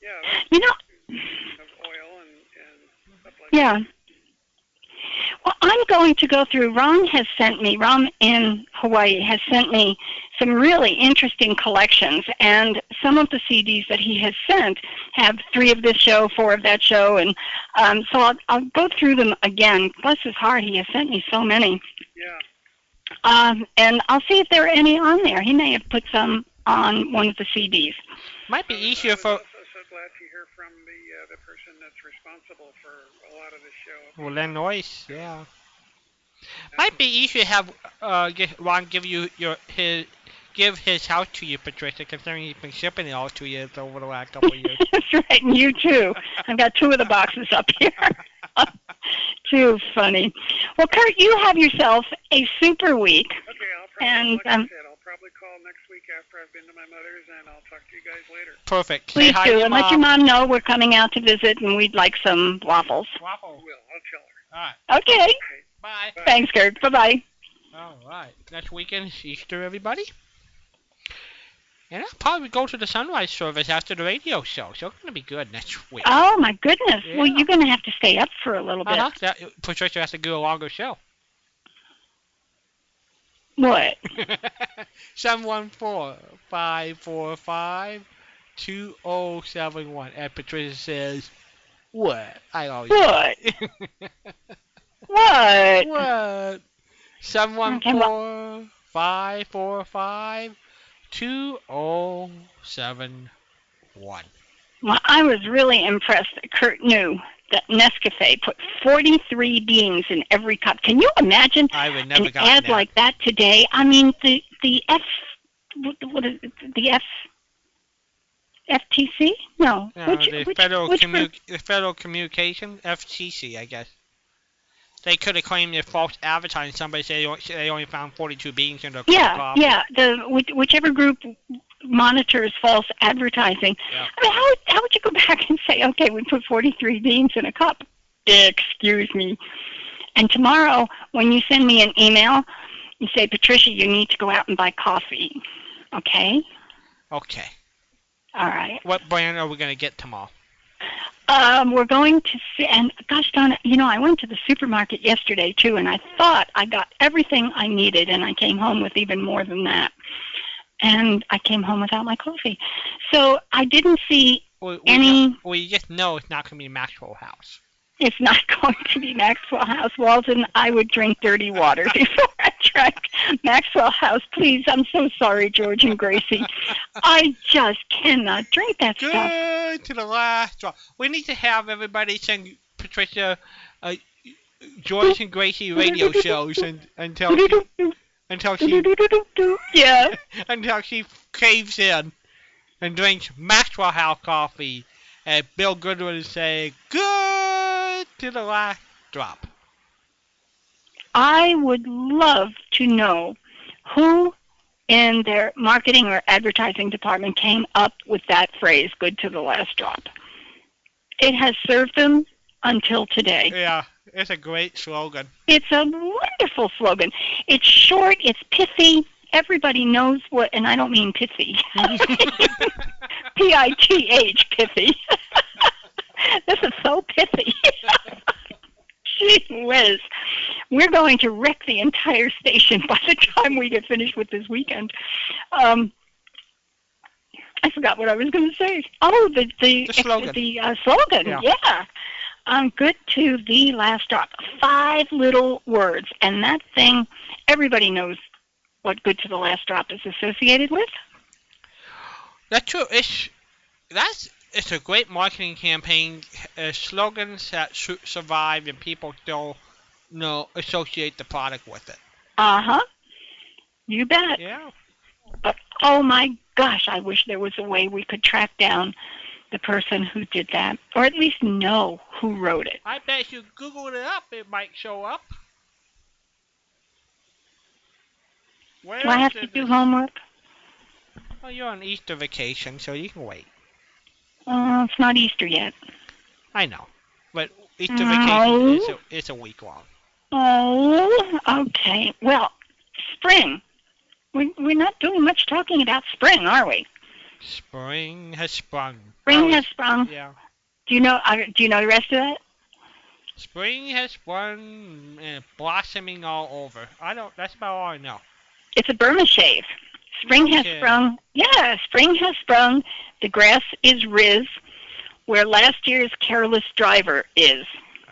S6: yeah, that
S2: You know,
S6: of oil and and stuff like
S2: Yeah. Well, I'm going to go through. Ron has sent me, Ron in Hawaii has sent me some really interesting collections, and some of the CDs that he has sent have three of this show, four of that show, and um, so I'll, I'll go through them again. Bless his heart, he has sent me so many.
S6: Yeah.
S2: Um, and I'll see if there are any on there. He may have put some on one of the CDs.
S3: Might be
S6: I was-
S3: easier
S6: I
S3: for.
S6: was also so glad to hear from the uh, the person that's responsible for a lot of this show.
S3: Well, Len Noyce, yeah. Might be easier to have uh, get, Ron give you your his give his house to you, Patricia, considering he's been shipping it all to you over the last couple of years.
S2: That's right, and you too. I've got two of the boxes up here. too funny. Well, Kurt, you have yourself a super week.
S6: Okay, I'll probably
S2: And,
S6: like
S2: um,
S6: I said, I'll probably call next week after I've been to my mother's, and I'll talk to you guys later.
S3: Perfect. Say
S2: Please
S3: hi
S2: do,
S3: to
S2: and let your
S3: Mom.
S2: mom know we're coming out to visit, and we'd like some waffles.
S6: I
S3: Waffle.
S6: will. I'll tell her.
S3: All right.
S2: Okay.
S3: Bye.
S6: Bye.
S2: Thanks, Kurt. Bye bye.
S3: All right. Next weekend is Easter, everybody. And I'll probably go to the sunrise service after the radio show, so it's gonna be good next week.
S2: Oh my goodness. Well,
S3: Yeah.
S2: you're going to have to stay up for a little bit.
S3: Uh-huh. That, Patricia has to do a longer show.
S2: What?
S3: Seven one four five four five two zero seven one. And Patricia says, "What? I always
S2: What? What?
S3: what? Seven one four five four five two zero seven one.
S2: Well, I was really impressed that Kurt knew that Nescafe put 43 beans in every cup. Can you imagine
S3: I would never
S2: an
S3: gotten
S2: ad
S3: that.
S2: like that today. I mean, the the F, what, what is it? the F, FTC? No,
S3: No,
S2: which
S3: Uh, the
S2: which,
S3: federal
S2: which
S3: commu-
S2: one-
S3: the federal communication FCC, I guess. They could have claimed their false advertising. Somebody said they only, they only found 42 beans in their
S2: Yeah,
S3: coffee.
S2: yeah, the which, whichever group monitors false advertising.
S3: Yeah.
S2: I mean, how would- how would you go back and say, okay, we put 43 beans in a cup? Excuse me. And tomorrow, when you send me an email, you say, Patricia, you need to go out and buy coffee. Okay,
S3: Okay.
S2: all right.
S3: What brand are we gonna get tomorrow?
S2: Um, we're going to see, and gosh darn it, you know, I went to the supermarket yesterday too, and I thought I got everything I needed, and I came home with even more than that. And I came home without my coffee. So I didn't see
S3: we, we,
S2: Any-
S3: know- we just know it's not going to be Maxwell House.
S2: It's not going to be Maxwell House. Walden, I would drink dirty water before I drank Maxwell House. Please, I'm so sorry, George and Gracie. I just cannot drink that stuff.
S3: Good to the last drop. We need to have everybody send Patricia, uh, George and Gracie radio shows and, until she, until she
S2: Yeah.
S3: until she caves in and drinks Maxwell House coffee. And Bill Goodwin would say, "Good to the last drop."
S2: I would love to know who in their marketing or advertising department came up with that phrase, good to the last drop. It has served them until today.
S3: Yeah, it's a great slogan.
S2: It's a wonderful slogan. It's short, it's pithy. Everybody knows what, and I don't mean pithy. P I T H, pithy. this is so pithy. Gee whiz. We're going to wreck the entire station by the time we get finished with this weekend. Um, I forgot what I was going to say. Oh, the the
S3: The slogan.
S2: the, uh, slogan.
S3: Yeah.
S2: yeah. Um, good to the last drop. Five little words, and that thing. Everybody knows what good to the last drop is associated with.
S3: That's true. It's that's it's a great marketing campaign. Uh, slogans that su- survive and people still know associate the product with it.
S2: Uh huh. You bet.
S3: Yeah.
S2: But oh my gosh, I wish there was a way we could track down the person who did that, or at least know who wrote it.
S3: I bet if you Google it up, it might show up. Where
S2: Do I have
S3: is
S2: to
S3: it?
S2: do homework?
S3: Well, you're on Easter vacation, so you can wait.
S2: Uh, it's not Easter yet.
S3: I know, but Easter
S2: No.
S3: vacation is a, it's a week long.
S2: Oh, okay. Well, spring. We, we're not doing much talking about spring, are we?
S3: Spring has sprung.
S2: Spring
S3: Oh,
S2: has sprung.
S3: Yeah.
S2: Do you know? Uh, do you know the rest of that?
S3: Spring has sprung and blossoming all over. I don't. That's about all I know.
S2: It's a Burma shave. Spring has
S3: Okay.
S2: sprung. Yeah, spring has sprung. The grass is riz, where last year's careless driver is.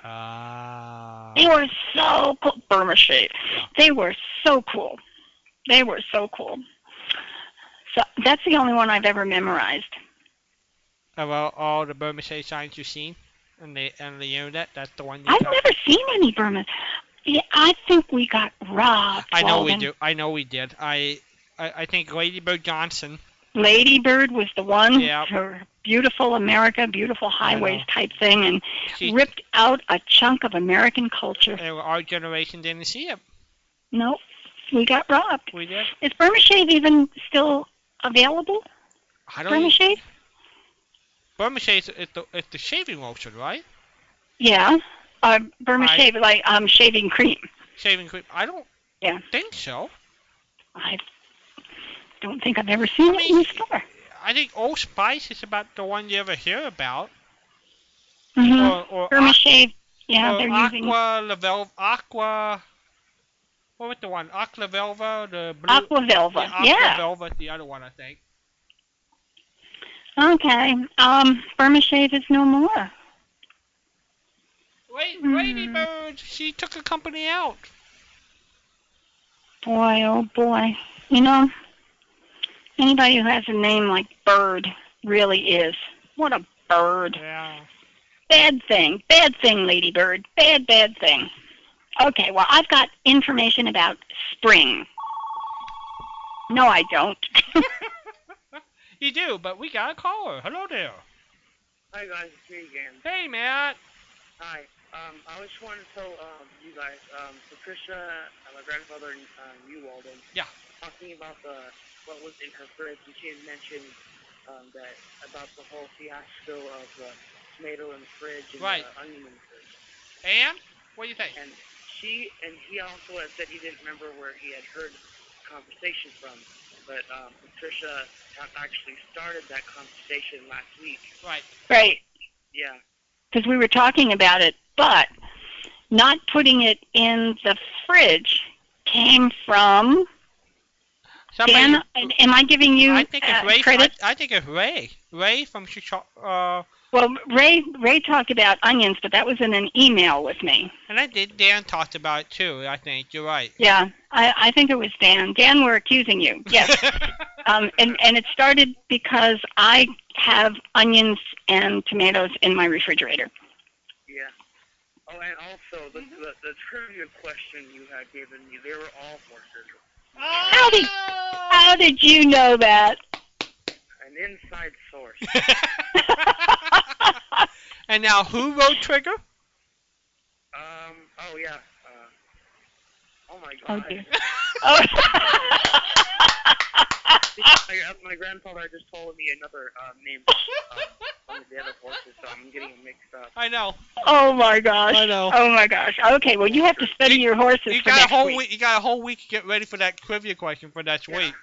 S3: Ah.
S2: They were so cool. Burma shade.
S3: Yeah.
S2: They were so cool. They were so cool. So that's the only one I've ever memorized.
S3: About all the Burma State signs you've seen and the and the internet, that's the one you
S2: I've
S3: got.
S2: never seen any Burma. Yeah, I think we got robbed.
S3: I know we
S2: Walden.
S3: do. I know we did. I I, I think Lady Bird Johnson.
S2: Lady Bird was the one,
S3: Yep.
S2: her beautiful America, beautiful highways type thing, and
S3: She
S2: ripped out a chunk of American culture.
S3: and our generation didn't see it.
S2: Nope, we got robbed.
S3: We did.
S2: Is Burma Shave even still available?
S3: I don't.
S2: Burma Shave?
S3: Burma Shade is the is the shaving lotion, right?
S2: Yeah. Uh, Burma
S3: I-
S2: Shave, like um, shaving cream.
S3: Shaving cream. I don't.
S2: Yeah.
S3: Think so.
S2: I don't think I've ever seen it in the store.
S3: I think Old Spice is about the one you ever hear about.
S2: hmm
S3: Or, or
S2: Burma Shave, yeah,
S3: or
S2: they're
S3: Aqua
S2: using
S3: Lavel- Aqua. What was the one? Aqua Velva, the blue.
S2: Aqua Velva.
S3: Aqua
S2: yeah.
S3: Velva's the other one, I think.
S2: Okay. Um, Burma Shave is no more.
S3: Wait,
S2: Mm.
S3: Lady Bird, she took a company out.
S2: Boy, oh boy. You know, anybody who has a name like Bird really is. What a bird.
S3: Yeah.
S2: Bad thing. Bad thing, Lady Bird. Bad, bad thing. Okay, well, I've got information about spring. No, I don't.
S3: You do, but we got a caller. Hello there.
S4: Hi guys, it's me again.
S3: Hey, Matt.
S4: Hi. Um, I just wanted to tell um, you guys, um, Patricia, uh, my grandfather, and um, you, Walden.
S3: Yeah.
S4: Talking about the what was in her fridge, and she had mentioned um, that about the whole fiasco of the tomato in the fridge and
S3: Right.
S4: the onion in the fridge.
S3: And what do you think?
S4: And she and he also had said he didn't remember where he had heard the conversation from, but um, Patricia had actually started that conversation last week.
S3: Right.
S2: Right.
S4: Yeah.
S2: because we were talking about it, but not putting it in the fridge came from
S3: Somebody,
S2: Dan, am I giving you
S3: I think
S2: uh,
S3: it's Ray.
S2: credit?
S3: I, I think it's Ray. Ray from Chicago. Uh,
S2: Well, Ray Ray talked about onions, but that was in an email with me.
S3: and I did. Dan talked about it too. I think you're right.
S2: Yeah, I, I think it was Dan. Dan, we're accusing you. Yes, um, and and it started because I have onions and tomatoes in my refrigerator.
S4: Yeah. Oh, and also the the, the trivia question you had given me, they were all horses.
S2: Howdy. How did you know that?
S4: An inside source.
S3: and now, who wrote Trigger?
S4: Um. Oh yeah. Uh, oh my God.
S2: Okay. Oh.
S4: my, uh, my grandfather just told me another uh, name uh, one of the other horses, so I'm getting them mixed up.
S3: I know.
S2: oh my gosh.
S3: I know.
S2: Oh my gosh. Okay, well you have to study your horses
S3: You
S2: for
S3: got a
S2: next
S3: whole
S2: week.
S3: You got a whole week to get ready for that trivia question for next
S4: Yeah.
S3: week.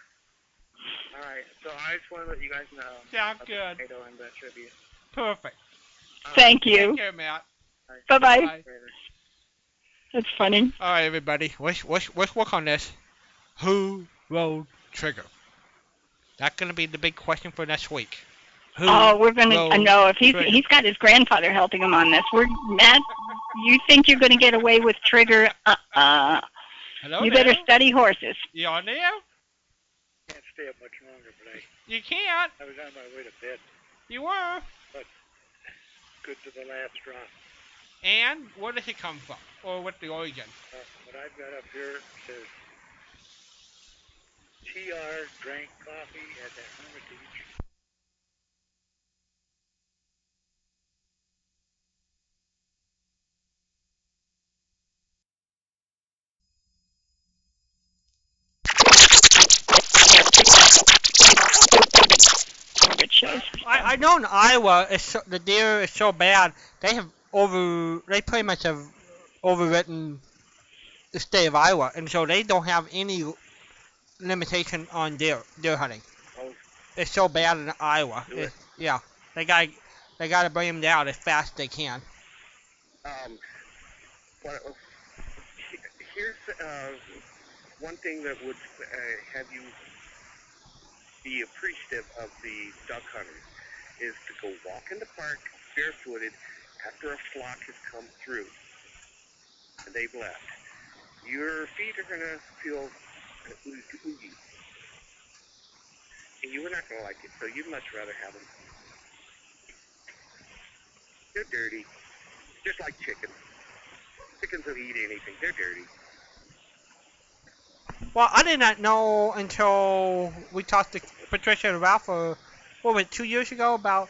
S4: All right. So I just want to let you guys know.
S3: Sound
S4: about the
S3: good.
S4: Potato and the tribute.
S3: Perfect.
S4: All right,
S2: Thank you.
S3: Take care, Matt.
S2: Bye bye.
S3: Bye.
S4: later.
S2: That's funny.
S3: All right, everybody. Let's, let's, let's work on this. Who rolled Trigger? That's going to be the big question for next week. Who?
S2: Oh, we're gonna
S3: rolled
S2: uh, no. If he's
S3: Trigger?
S2: he's got his grandfather helping him on this, we're Matt. You think you're gonna get away with trigger? Uh, uh
S3: Hello
S2: you
S3: there.
S2: better study horses.
S3: You on there?
S6: Can't stay up much longer, but I,
S3: You can't.
S6: I was on my way to bed,
S3: You were.
S6: good to the last drop.
S3: And where does it come from? Or what's the origin?
S6: Uh, what I've got up here says, TR drank coffee at that Hermitage
S2: It shows.
S3: I, I know in Iowa, it's so, the deer is so bad. They have over. They pretty much have overwritten the state of Iowa, and so they don't have any limitation on deer deer hunting.
S5: Oh.
S3: It's so bad in Iowa.
S5: Do it.
S3: It's- yeah, they got they got to bring them down as fast as they can.
S5: Um, but here's uh, one thing that would uh, have you be appreciative of the duck hunter is to go walk in the park barefooted after a flock has come through and they've left. Your feet are gonna feel oogie oogie, and you are not gonna like it. So you'd much rather have them. They're dirty just like chickens. Chickens will eat anything. They're dirty.
S3: Well, I did not know until we talked to Patricia and Ralph, uh, what was it, two years ago, about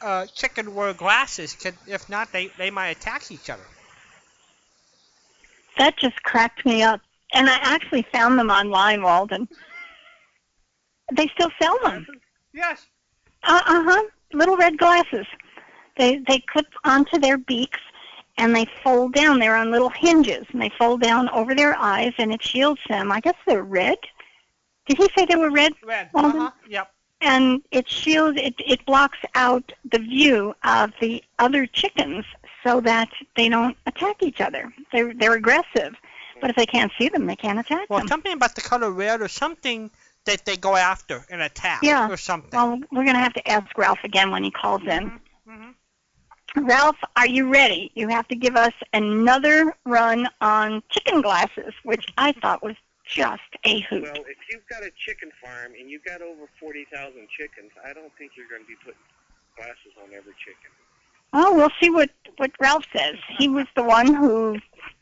S3: uh, chicken wear glasses. 'cause if not, they, they might attack each other.
S2: That just cracked me up. And I actually found them online, Walden. They still sell them.
S3: Yes.
S2: Uh huh. Little red glasses. They they clip onto their beaks and they fold down. They're on little hinges and they fold down over their eyes and it shields them. I guess they're red. Did he say they were red? Uh-huh.
S3: Red.
S2: Well,
S3: Uh
S2: then-
S3: huh. Yep.
S2: And it shields it it blocks out the view of the other chickens so that they don't attack each other. They're they're aggressive. But if they can't see them, they can't attack
S3: Well,
S2: them.
S3: something about the color red or something that they go after and attack
S2: Yeah.
S3: or something.
S2: Well, we're going to have to ask Ralph again when he calls in.
S3: Mhm.
S2: Ralph, are you ready? You have to give us another run on chicken glasses, which I thought was just a hoot.
S5: Well, if you've got a chicken farm and you've got over 40,000 chickens, I don't think you're going to be putting glasses on every chicken.
S2: Oh, we'll see what, what Ralph says. He was the one who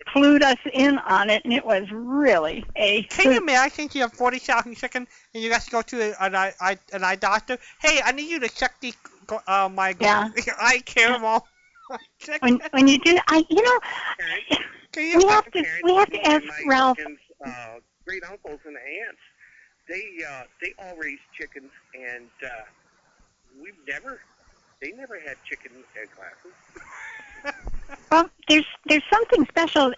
S2: clued us in on it, and it was really a
S3: Can you
S2: hoot.
S3: imagine you have 40,000 chicken and you guys go to an eye, eye, an eye doctor? Hey, I need you to check the gl- uh, my
S2: Yeah.
S3: eye care of all my
S2: When,
S3: chicken.
S2: when you do, I, you know,
S5: Parents,
S3: Can you
S2: we have to,
S5: parents,
S2: we have to
S5: even
S2: ask
S5: my
S2: Ralph.
S5: chickens, Uh, great uncles and aunts, they uh, they all raised chickens, and uh, we've never, they never had chicken uh, glasses.
S2: Well, there's there's something special.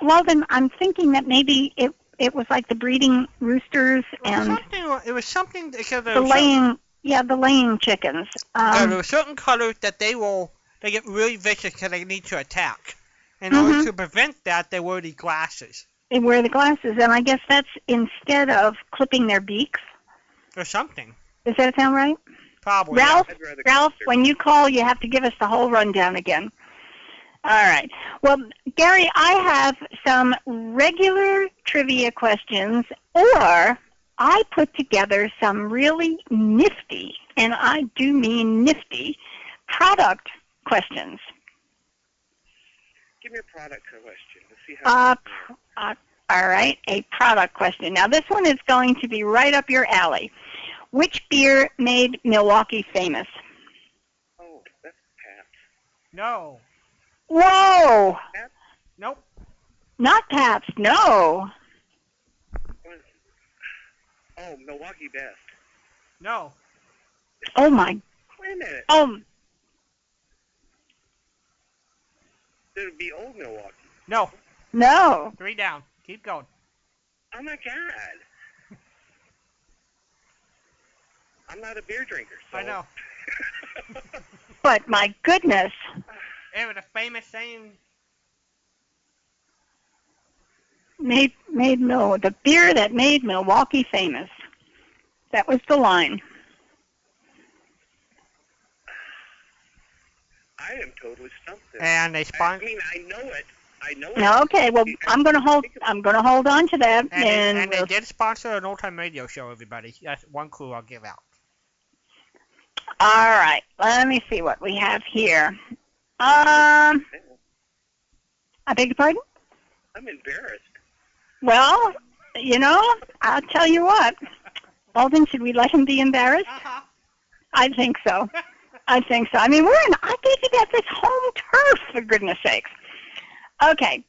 S2: Walden, I'm thinking that maybe it it was like the breeding roosters and
S3: something, it was something because there
S2: the
S3: was some-
S2: laying. Yeah, the laying chickens.
S3: there
S2: Um,
S3: are certain colors that they will they get really vicious because they need to attack. In order
S2: Mhm.
S3: to prevent that, they wear these glasses.
S2: and wear the glasses, and I guess that's instead of clipping their beaks.
S3: or something.
S2: Does that sound right?
S3: Probably.
S2: Ralph,
S5: I'd rather
S2: Ralph,
S5: consider-
S2: when you call, you have to give us the whole rundown again. All right. Well, Gary, I have some regular trivia questions, or I put together some really nifty, and I do mean nifty, product questions.
S5: Give me a product question. Let's see how.
S2: Uh, pr- uh, all right, a product question. Now, this one is going to be right up your alley. Which beer made Milwaukee famous? Uh,
S5: oh, that's Pat.
S3: No.
S2: Whoa!
S3: Nope.
S2: Not Pabst, no.
S5: What is Oh, Milwaukee Best.
S3: No.
S2: Oh my,
S5: Wait a minute.
S2: oh,
S5: It'll be old Milwaukee.
S3: No.
S2: no.
S3: Three down. Keep going.
S5: Oh my God. I'm not a beer drinker. So.
S3: I know.
S2: But my goodness,
S3: It was a famous saying.
S2: made, made Mil, the beer that made Milwaukee famous. That was the line.
S5: I am totally stumped. There.
S3: And they
S5: I, I
S3: spon-
S5: mean, I know it. I know it.
S2: Okay, well, I'm gonna hold, I'm gonna hold on to that
S3: and, they,
S2: and
S3: and they
S2: we'll
S3: did sponsor an old time radio show, everybody. That's one clue I'll give out.
S2: All right, let me see what we have here. Um, I beg your pardon?
S5: I'm embarrassed.
S2: Well, you know, I'll tell you what. Alden, should we let him be embarrassed?
S3: Uh-huh.
S2: I think so. I think so. I mean, we're in, I gave you that this home turf, for goodness sakes. Okay.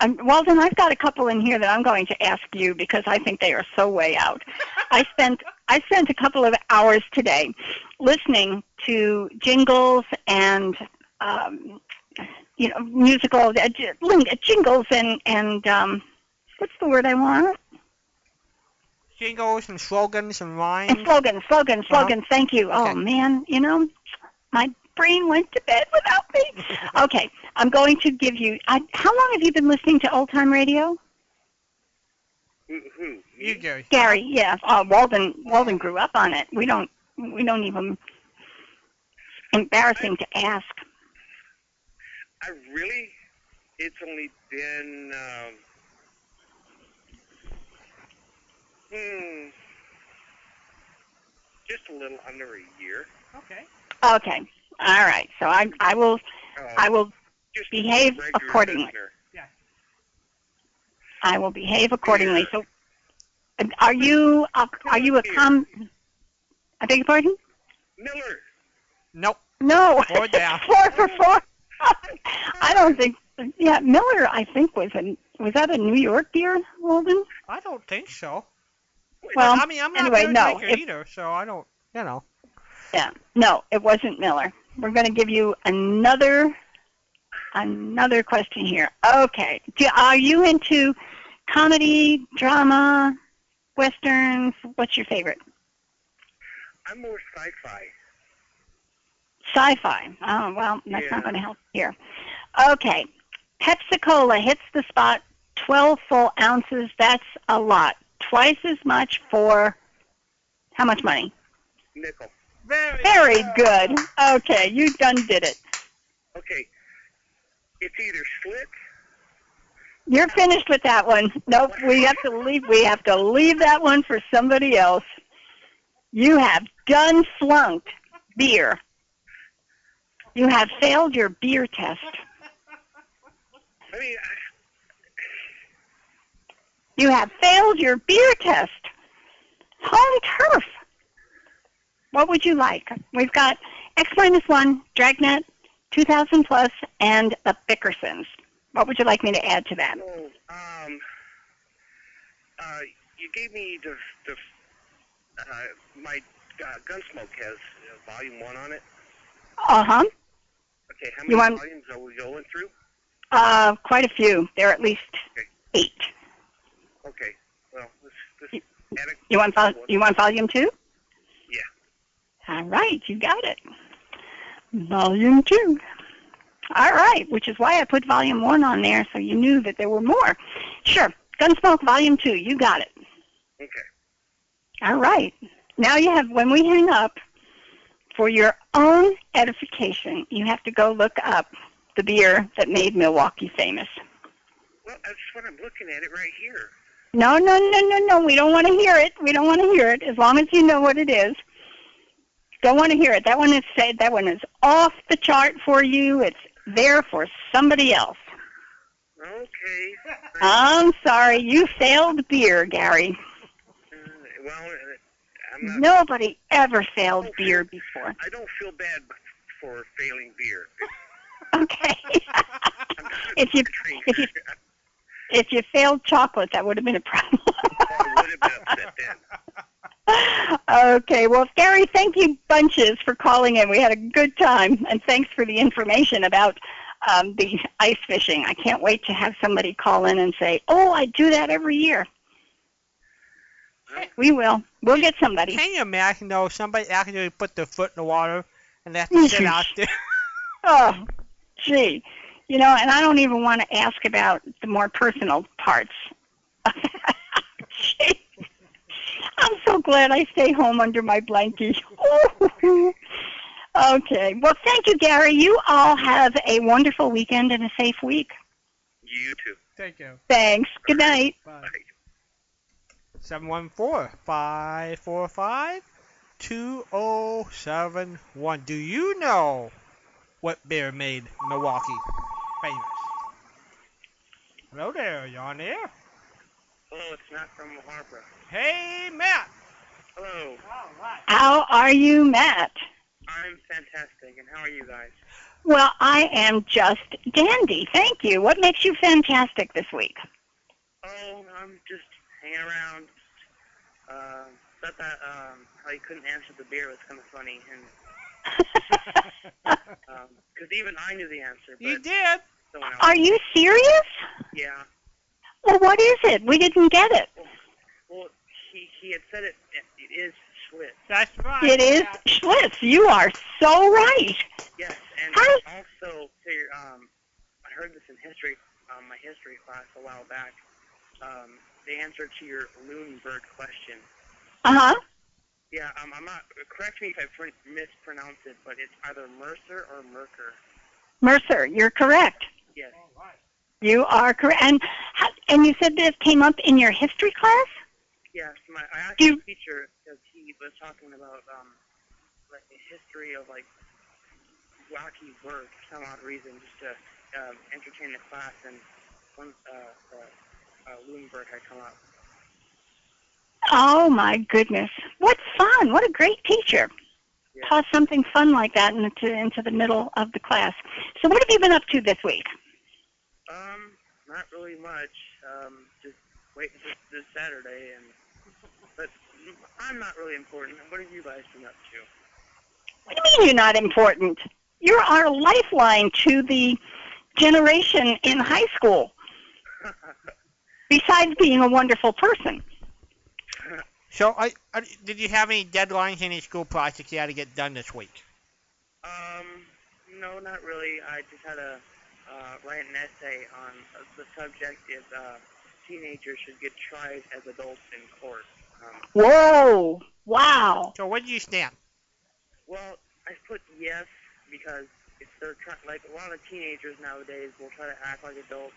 S2: Um, Walden, I've got a couple in here that I'm going to ask you because I think they are so way out. I spent I spent a couple of hours today listening to jingles and um, you know musical uh, j- ling- jingles and and um, what's the word I want?
S3: Jingles and slogans and
S2: And
S3: rhymes.
S2: slogans, slogans,
S3: Uh-huh.
S2: slogans. Thank you. Oh
S3: Okay.
S2: man, you know, my brain went to bed without me. okay, I'm going to give you. I, how long have you been listening to old time radio,
S5: Who? who me?
S3: you do.
S2: Gary? Yeah, uh, Walden. Walden grew up on it. We don't. We don't even. Embarrassing to ask.
S5: I really. It's only been. Um, hmm. Just a little under a year.
S3: Okay.
S2: Okay. All right. So I I will
S5: Um,
S2: I will
S5: just
S2: behave
S5: a regular
S2: accordingly.
S5: listener.
S2: I will behave accordingly. So are you a, are you a com? I beg your pardon?
S5: Miller.
S3: Nope.
S2: No.
S3: Four down.
S2: four for four. I don't think. Yeah, Miller. I think was a was that a New York beer, Walden?
S3: I don't think so.
S2: Well,
S3: I mean, I'm not
S2: anyway,
S3: a beer
S2: no,
S3: drinker
S2: if-
S3: either, so I don't, you know.
S2: Yeah. No, it wasn't Miller. We're going to give you another another question here. Okay. Do, are you into comedy, drama, westerns? What's your favorite?
S5: I'm more sci-fi.
S2: Sci-fi. Oh well, that's
S5: Yeah.
S2: not going to help here. Okay. Pepsi Cola hits the spot. Twelve full ounces. That's a lot. Twice as much for how much money?
S5: Nickel.
S3: Very,
S2: Very good. Okay, you done did it.
S5: Okay. It's either slick.
S2: You're finished with that one. Nope, we have to leave. We have to leave that one for somebody else. You have done flunked beer. You have failed your beer test.
S5: I mean, I,
S2: You have failed your beer test. Home turf. What would you like? We've got X minus one, Dragnet, 2000 plus, and the Bickersons. What would you like me to add to that?
S5: So, um, uh, you gave me the the uh, my uh, Gunsmoke has uh, volume one on it.
S2: Uh huh.
S5: Okay, how
S2: You
S5: many
S2: want-
S5: volumes are we going through?
S2: Uh, quite a few. There are at least eight.
S5: Okay, well, this this add a-
S2: You want vol- you want volume two?
S5: Yeah.
S2: All right, you got it. Volume two. All right, which is why I put volume one on there, so you knew that there were more. Sure. Gunsmoke Volume 2. You got it.
S5: Okay.
S2: All right. Now you have, when we hang up, for your own edification, you have to go look up the beer that made Milwaukee famous.
S5: Well, that's what I'm looking at it right here.
S2: No, no, no, no, no. We don't want to hear it. We don't want to hear it. As long as you know what it is, don't want to hear it. That one is said. That one is off the chart for you. It's there for somebody else.
S5: Okay.
S2: I'm sorry, you failed beer, Gary.
S5: Uh, well, uh, I'm not,
S2: Nobody ever failed beer before.
S5: I don't feel bad for failing beer.
S2: Okay.
S5: I'm not
S2: If you-
S5: a drinker.
S2: if you- if you failed chocolate, that would have been a problem.
S5: I would have been upset then.
S2: okay, well, Gary, thank you bunches for calling in. We had a good time, and thanks for the information about um, the ice fishing. I can't wait to have somebody call in and say, "Oh, I do that every year." We will. We'll get somebody.
S3: Can you imagine though somebody actually put their foot in the water and left the shit out there?
S2: Oh, gee. You know, and I don't even want to ask about the more personal parts. Gee. I'm so glad I stay home under my blankie. okay. Well, thank you, Gary. You all have a wonderful weekend and a safe week.
S5: You too.
S3: Thank you.
S2: Thanks. Good night.
S3: Bye. 714-545-2071. Do you know what beer made Milwaukee famous? Hello there, you on there?
S5: oh,
S4: Hello, it's Matt from Harbor.
S3: Hey, Matt.
S4: Hello,
S2: How are you, Matt?
S4: I'm fantastic, and how are you guys?
S2: Well, I am just dandy. Thank you. What makes you fantastic this week?
S4: Oh, I'm just hanging around. Uh, thought that um, how you couldn't answer the beer was kind of funny, and because even I knew the answer, but
S3: You did.
S4: someone else.
S2: are you serious?
S4: yeah.
S2: Well, what is it? We didn't get it.
S4: Well, he he had said it. It is Schwitz.
S3: That's right.
S2: It is
S3: Matt.
S2: Schlitz. You are so right.
S4: Yes, and
S2: Hi.
S4: also figure, um, I heard this in history, um, my history class a while back. Um, the answer to your Lunenburg question.
S2: Uh huh.
S4: Yeah, um, I'm not. Correct me if I pr- mispronounce it, but it's either Mercer or Merker.
S2: Mercer, you're correct.
S4: Yes.
S2: You are correct. And how- and you said this came up in your history class.
S4: Yes, my I asked
S2: Do-
S4: the teacher because he was talking about um, like the history of like Rocky Burke for some odd reason, just to um, entertain the class, and one uh, uh, uh, Lunenburg had come up.
S2: Oh my goodness! What fun! What a great teacher.
S4: Yeah.
S2: Toss something fun like that into into the middle of the class. So what have you been up to this week?
S4: Um, not really much. Um, just waiting for this Saturday, and but I'm not really important. What have you guys been up to?
S2: What do you mean you're not important? You're our lifeline to the generation in high school. Besides being a wonderful person.
S3: So, I, I, did you have any deadlines, any school projects you had to get done this week?
S4: Um, no, not really. I just had a uh, write an essay on uh, the subject is uh, teenagers should get tried as adults in court. Um,
S2: Whoa! Wow!
S3: So, what did you stamp?
S4: well, I put yes because if they're trying, like a lot of teenagers nowadays will try to act like adults.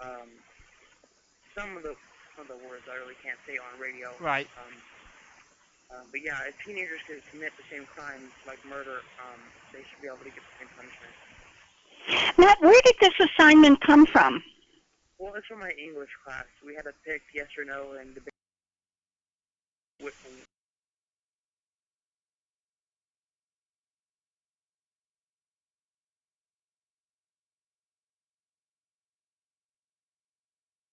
S4: Um, some of the some of the words I really can't say on radio.
S3: Right.
S4: Um, uh, but yeah, if teenagers could commit the same crimes like murder, um, they should be able to get the same punishment.
S2: Matt, where did this assignment come from?
S4: Well, it's from my English class. We had to pick yes or no and debate. Which,